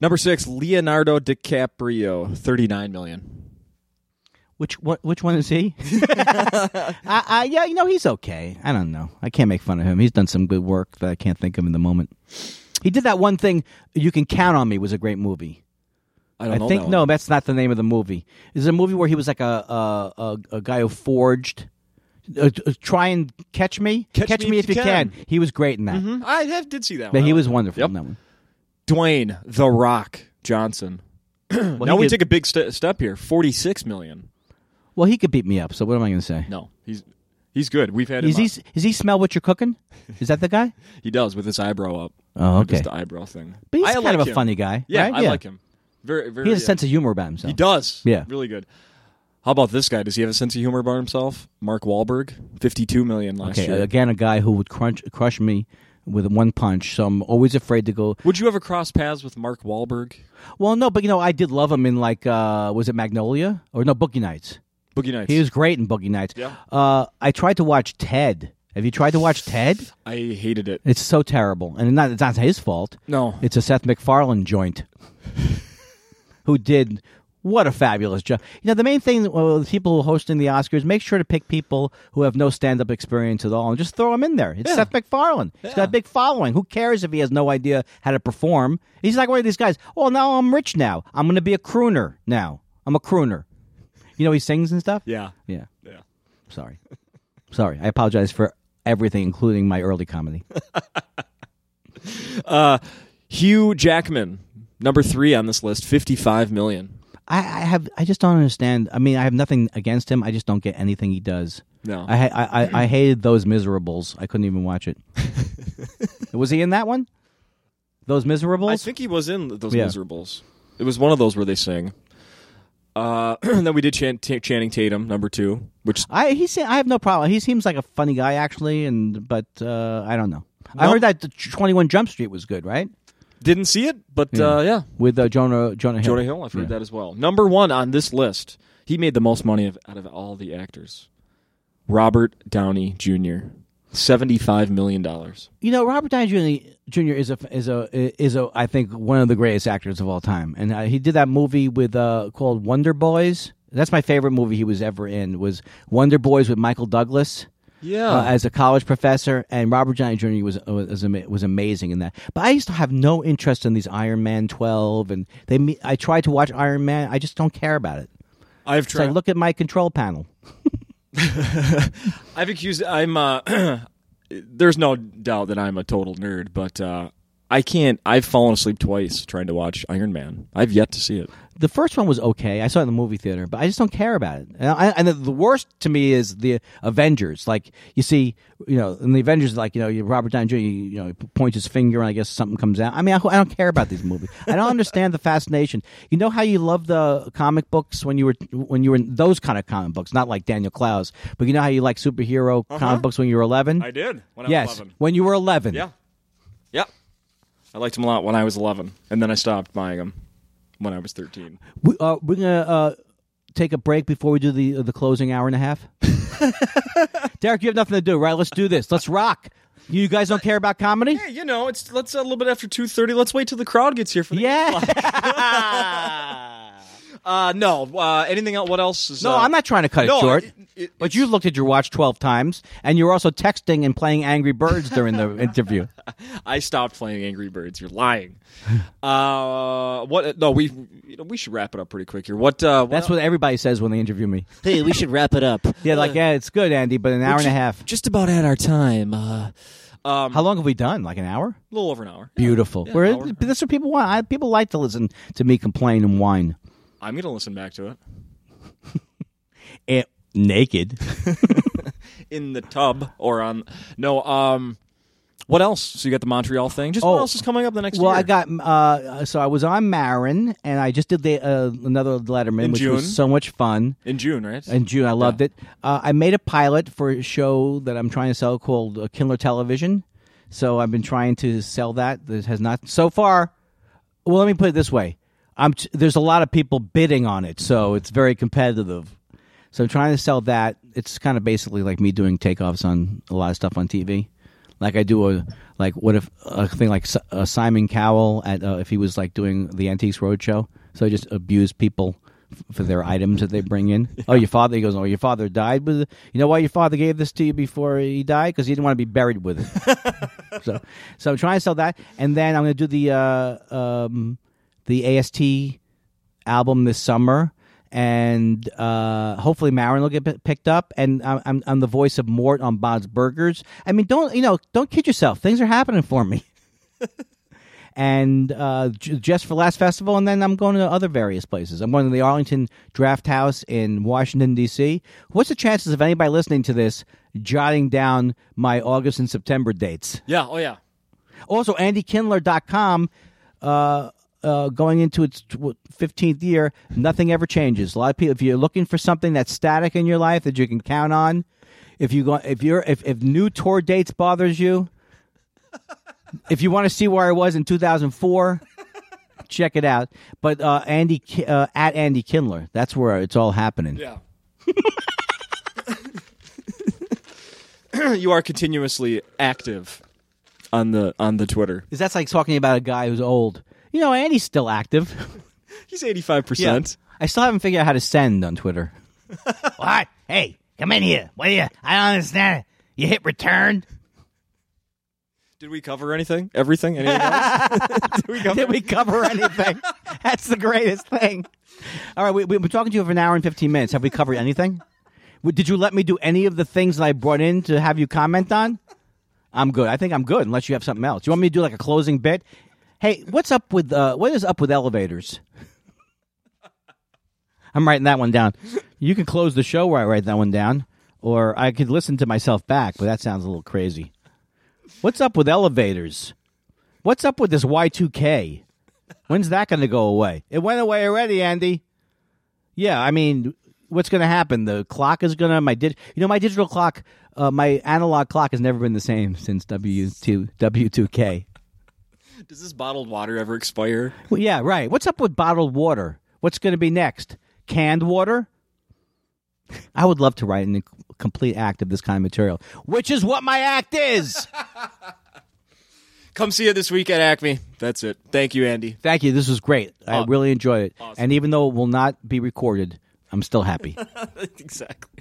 Speaker 2: Number six, Leonardo DiCaprio, thirty-nine million.
Speaker 1: Which one, which one is
Speaker 2: [laughs]
Speaker 1: he? [laughs] I, I, yeah, you know he's okay. I don't know. I can't make fun of him. He's done some good work that I can't think of in the moment. He did that one thing. You can count on me was a great movie.
Speaker 2: I don't
Speaker 1: I
Speaker 2: know.
Speaker 1: think
Speaker 2: that
Speaker 1: no,
Speaker 2: one.
Speaker 1: that's not the name of the movie. It's a movie where he was like a a, a, a guy who forged. Uh, uh, try and catch me,
Speaker 2: Catch Me
Speaker 1: if you can. He was great in that.
Speaker 2: Hmm? I have, did see that.
Speaker 1: But
Speaker 2: one.
Speaker 1: he was wonderful
Speaker 2: Uh-huh. Yep.
Speaker 1: in that one.
Speaker 2: Dwayne the Rock Johnson.
Speaker 1: [clears throat] Well,
Speaker 2: now
Speaker 1: he
Speaker 2: we
Speaker 1: could,
Speaker 2: take a big st- step here. Forty-six million.
Speaker 1: well, he could beat me up. So what am I going to say?
Speaker 2: No, he's he's good. We've had him.
Speaker 1: Is he
Speaker 2: on.
Speaker 1: is he smell what you're cooking? Is that the
Speaker 2: [laughs]
Speaker 1: guy?
Speaker 2: He does with his eyebrow up.
Speaker 1: Oh, okay.
Speaker 2: Just the eyebrow thing.
Speaker 1: But he's
Speaker 2: I
Speaker 1: kind
Speaker 2: like
Speaker 1: of a
Speaker 2: him.
Speaker 1: funny guy.
Speaker 2: Yeah,
Speaker 1: right?
Speaker 2: I like him. Very, very.
Speaker 1: He has a
Speaker 2: uh,
Speaker 1: sense of humor about himself.
Speaker 2: He does.
Speaker 1: Yeah.
Speaker 2: really good. How about this guy? Does he have a sense of humor about himself? Mark Wahlberg, fifty-two million last
Speaker 1: Okay, uh,
Speaker 2: year.
Speaker 1: again, a guy who would crunch, crush me with one punch. So I'm always afraid to go.
Speaker 2: Would you ever cross paths with Mark Wahlberg?
Speaker 1: Well, no, but you know, I did love him in like, uh, was it Magnolia or no Boogie Nights?
Speaker 2: Boogie Nights.
Speaker 1: He was great in Boogie Nights.
Speaker 2: Yeah.
Speaker 1: Uh, I tried to watch Ted. Have you tried to watch Ted?
Speaker 2: I hated it.
Speaker 1: It's so terrible, and not, it's not his fault.
Speaker 2: No.
Speaker 1: It's a Seth MacFarlane joint. who did what a fabulous job. You know, the main thing well, the people who are hosting the Oscars, make sure to pick people who have no stand up experience at all and just throw them in there. It's Seth MacFarlane. He's got a big following. Who cares if he has no idea how to perform? He's like one of these guys, oh, now I'm rich now. I'm going to be a crooner now. I'm a crooner. You know, he sings and stuff?
Speaker 2: yeah.
Speaker 1: Yeah.
Speaker 2: Yeah.
Speaker 1: Sorry. Sorry. I apologize for everything, including my early comedy.
Speaker 2: Hugh Jackman, number three on this list, fifty-five million.
Speaker 1: I, I have I just don't understand. I mean, I have nothing against him. I just don't get anything he does.
Speaker 2: No.
Speaker 1: I ha- I, I, I hated those miserables. I couldn't even watch
Speaker 2: [laughs]
Speaker 1: it. was he in that one? Those miserables.
Speaker 2: I think he was in those
Speaker 1: Yeah.
Speaker 2: miserables. It was one of those where they sing. Uh, [clears throat] then we did Chan- T- Channing Tatum, number two, which
Speaker 1: I he se- I have no problem. He seems like a funny guy actually, and but uh, I don't know. I
Speaker 2: Nope.
Speaker 1: heard that Twenty One Jump Street was good, right?
Speaker 2: didn't see it, but yeah. Uh, yeah,
Speaker 1: With uh, Jonah Jonah Hill.
Speaker 2: Jonah Hill. I've heard that as well. Number one on this list, he made the most money of, out of all the actors. Robert Downey Jr. seventy-five million dollars.
Speaker 1: You know, Robert Downey Jr. Jr. is a is a is a I think one of the greatest actors of all time, and uh, he did that movie with uh, called Wonder Boys. That's my favorite movie he was ever in. Was Wonder Boys with Michael Douglas
Speaker 2: Yeah,
Speaker 1: uh, as a college professor, and Robert Downey Jr. was uh, was ama- was amazing in that. But I used to have no interest in these Iron Man twelve, and they me- I tried to watch Iron Man. I just don't care about it.
Speaker 2: I've
Speaker 1: So I
Speaker 2: tried.
Speaker 1: look at my control panel.
Speaker 2: I've accused. I'm. Uh, [clears throat] there's no doubt that I'm a total nerd, but uh, I can't. I've fallen asleep twice trying to watch Iron Man. I've yet to see it.
Speaker 1: The first one was okay. I saw it in the movie theater, but I just don't care about it. And, I, and the, the worst to me is the Avengers. Like you see, you know, in the Avengers, like you know, you- Robert Downey Jr. You, you know, he points his finger, and I guess something comes out. I mean, I, I don't care about these movies. I don't understand the fascination. You know how you love the comic books when you were when you were in those kind of comic books, not like Daniel Klaus, but you know how you like superhero comic books when you were eleven.
Speaker 2: I did when I
Speaker 1: Yes,
Speaker 2: was 11.
Speaker 1: when you were eleven.
Speaker 2: Yeah. Yeah. I liked them a lot when I was 11, and then I stopped buying them when I was 13.
Speaker 1: We, uh, we're gonna uh, take a break before we do the the closing hour and a
Speaker 2: [laughs]
Speaker 1: half. Derek, you have nothing to do, right? Let's do this. Let's rock. You guys don't care about comedy?
Speaker 2: Hey, you know, it's let's a little bit after 2:30. Let's wait till the crowd gets here for the
Speaker 1: Yeah.
Speaker 2: Uh no, uh anything else what else
Speaker 1: [laughs]
Speaker 2: is
Speaker 1: No,
Speaker 2: uh,
Speaker 1: I'm not trying to cut
Speaker 2: No,
Speaker 1: it short.
Speaker 2: it- it-
Speaker 1: but you looked at your watch 12 times, and you were also texting and playing Angry Birds during
Speaker 2: [laughs]
Speaker 1: the interview.
Speaker 2: I stopped playing Angry Birds. You're lying. [laughs] uh what no, we you know, we should wrap it up pretty quick here. What uh
Speaker 1: That's what everybody says when they interview me.
Speaker 5: Hey, we should wrap it up. Uh,
Speaker 1: Yeah, like, yeah, it's good, Andy, but an hour and a half.
Speaker 2: just about at our time. Uh
Speaker 5: um,
Speaker 1: How long have we done? Like an hour?
Speaker 2: a little over an hour. Yeah.
Speaker 1: Beautiful.
Speaker 2: Yeah,
Speaker 1: We're-
Speaker 2: hour.
Speaker 1: That's what people want. I, people like to listen to me complain and whine.
Speaker 2: I'm going to listen back to it.
Speaker 1: Eh, naked.
Speaker 2: in the tub or on no um what else so you got the montreal thing just
Speaker 1: Oh.
Speaker 2: what else is coming up the next
Speaker 1: Well,
Speaker 2: year
Speaker 1: I got uh, so I was on Marin, and I just did the uh, another Letterman,
Speaker 2: In
Speaker 1: which
Speaker 2: June.
Speaker 1: was so much fun.
Speaker 2: in june right
Speaker 1: In June, I loved it. Uh, I made a pilot for a show that I'm trying to sell called uh, Kindler Television. So I've been trying to sell that. This has not so far. Well, let me put it this way: I'm t- there's a lot of people bidding on it, so it's very competitive. So I'm trying to sell that. It's kind of basically like me doing takeoffs on a lot of stuff on TV. Like I do a like what if a thing like Si- uh, Simon Cowell at uh, if he was like doing the Antiques Roadshow, so I just abuse people f- for their items that they bring in. Oh, your father he goes, oh, your father died with it. You know why your father gave this to you before he died because he didn't want to be buried with it. so, so I'm trying to sell that, and then I'm going to do the uh, um, the AST album this summer, and uh, hopefully Marin will get p- picked up. And I'm, I'm, I'm the voice of Mort on Bob's Burgers. I mean, don't you know? Don't kid yourself. Things are happening for me. [laughs] and uh, j- just for last festival, and then I'm going to other various places. I'm going to the Arlington Draft House in Washington D.C. What's the chances of anybody listening to this jotting down my August and September dates?
Speaker 2: yeah oh yeah
Speaker 1: Also, andykindler.com, uh, uh, going into its tw- 15th year, nothing ever changes. A lot of people, if you're looking for something that's static in your life that you can count on, if you go, if you're, if, if new tour dates bothers you, [laughs] if you want to see where I was in 2004, check it out. But uh, Andy Ki- uh, at Andy Kindler, that's where it's all happening.
Speaker 2: yeah [laughs] you are continuously active on the on the twitter
Speaker 1: Because that's like talking about a guy who's old. You know, Andy's still active. [laughs]
Speaker 2: he's 85%
Speaker 1: I still haven't figured out how to send on Twitter.
Speaker 3: [laughs] What? Hey, come in here. What do you? I don't understand. You hit return.
Speaker 2: did we cover anything everything anything else did we cover
Speaker 1: Did we cover anything? That's the greatest thing. All right, we, we've been talking to you for an hour and 15 minutes. Have we covered anything? W- Did you let me do any of the things that I brought in to have you comment on? I'm good. I think I'm good, unless you have something else. You want me to do like a closing bit? Hey, what's up with uh, what is up with elevators? I'm writing that one down. You can close the show where I write that one down, or I could listen to myself back, but that sounds a little crazy. What's up with elevators? What's up with this Y2K? When's that going to go away? It went away already, Andy. Yeah, I mean, what's going to happen? The clock is going to my dig- you know my digital clock, uh, my analog clock has never been the same since W2 W2K.
Speaker 2: [laughs] does this bottled water ever expire
Speaker 1: Well, yeah, right. What's up with bottled water? What's going to be next? Canned water? [laughs] I would love to write an complete act of this kind of material, which is what my act is.
Speaker 2: come see you this week at acme that's it thank you andy
Speaker 1: Thank you. This was great. I really enjoyed it. And even though it will not be recorded, I'm still happy.
Speaker 2: [laughs] exactly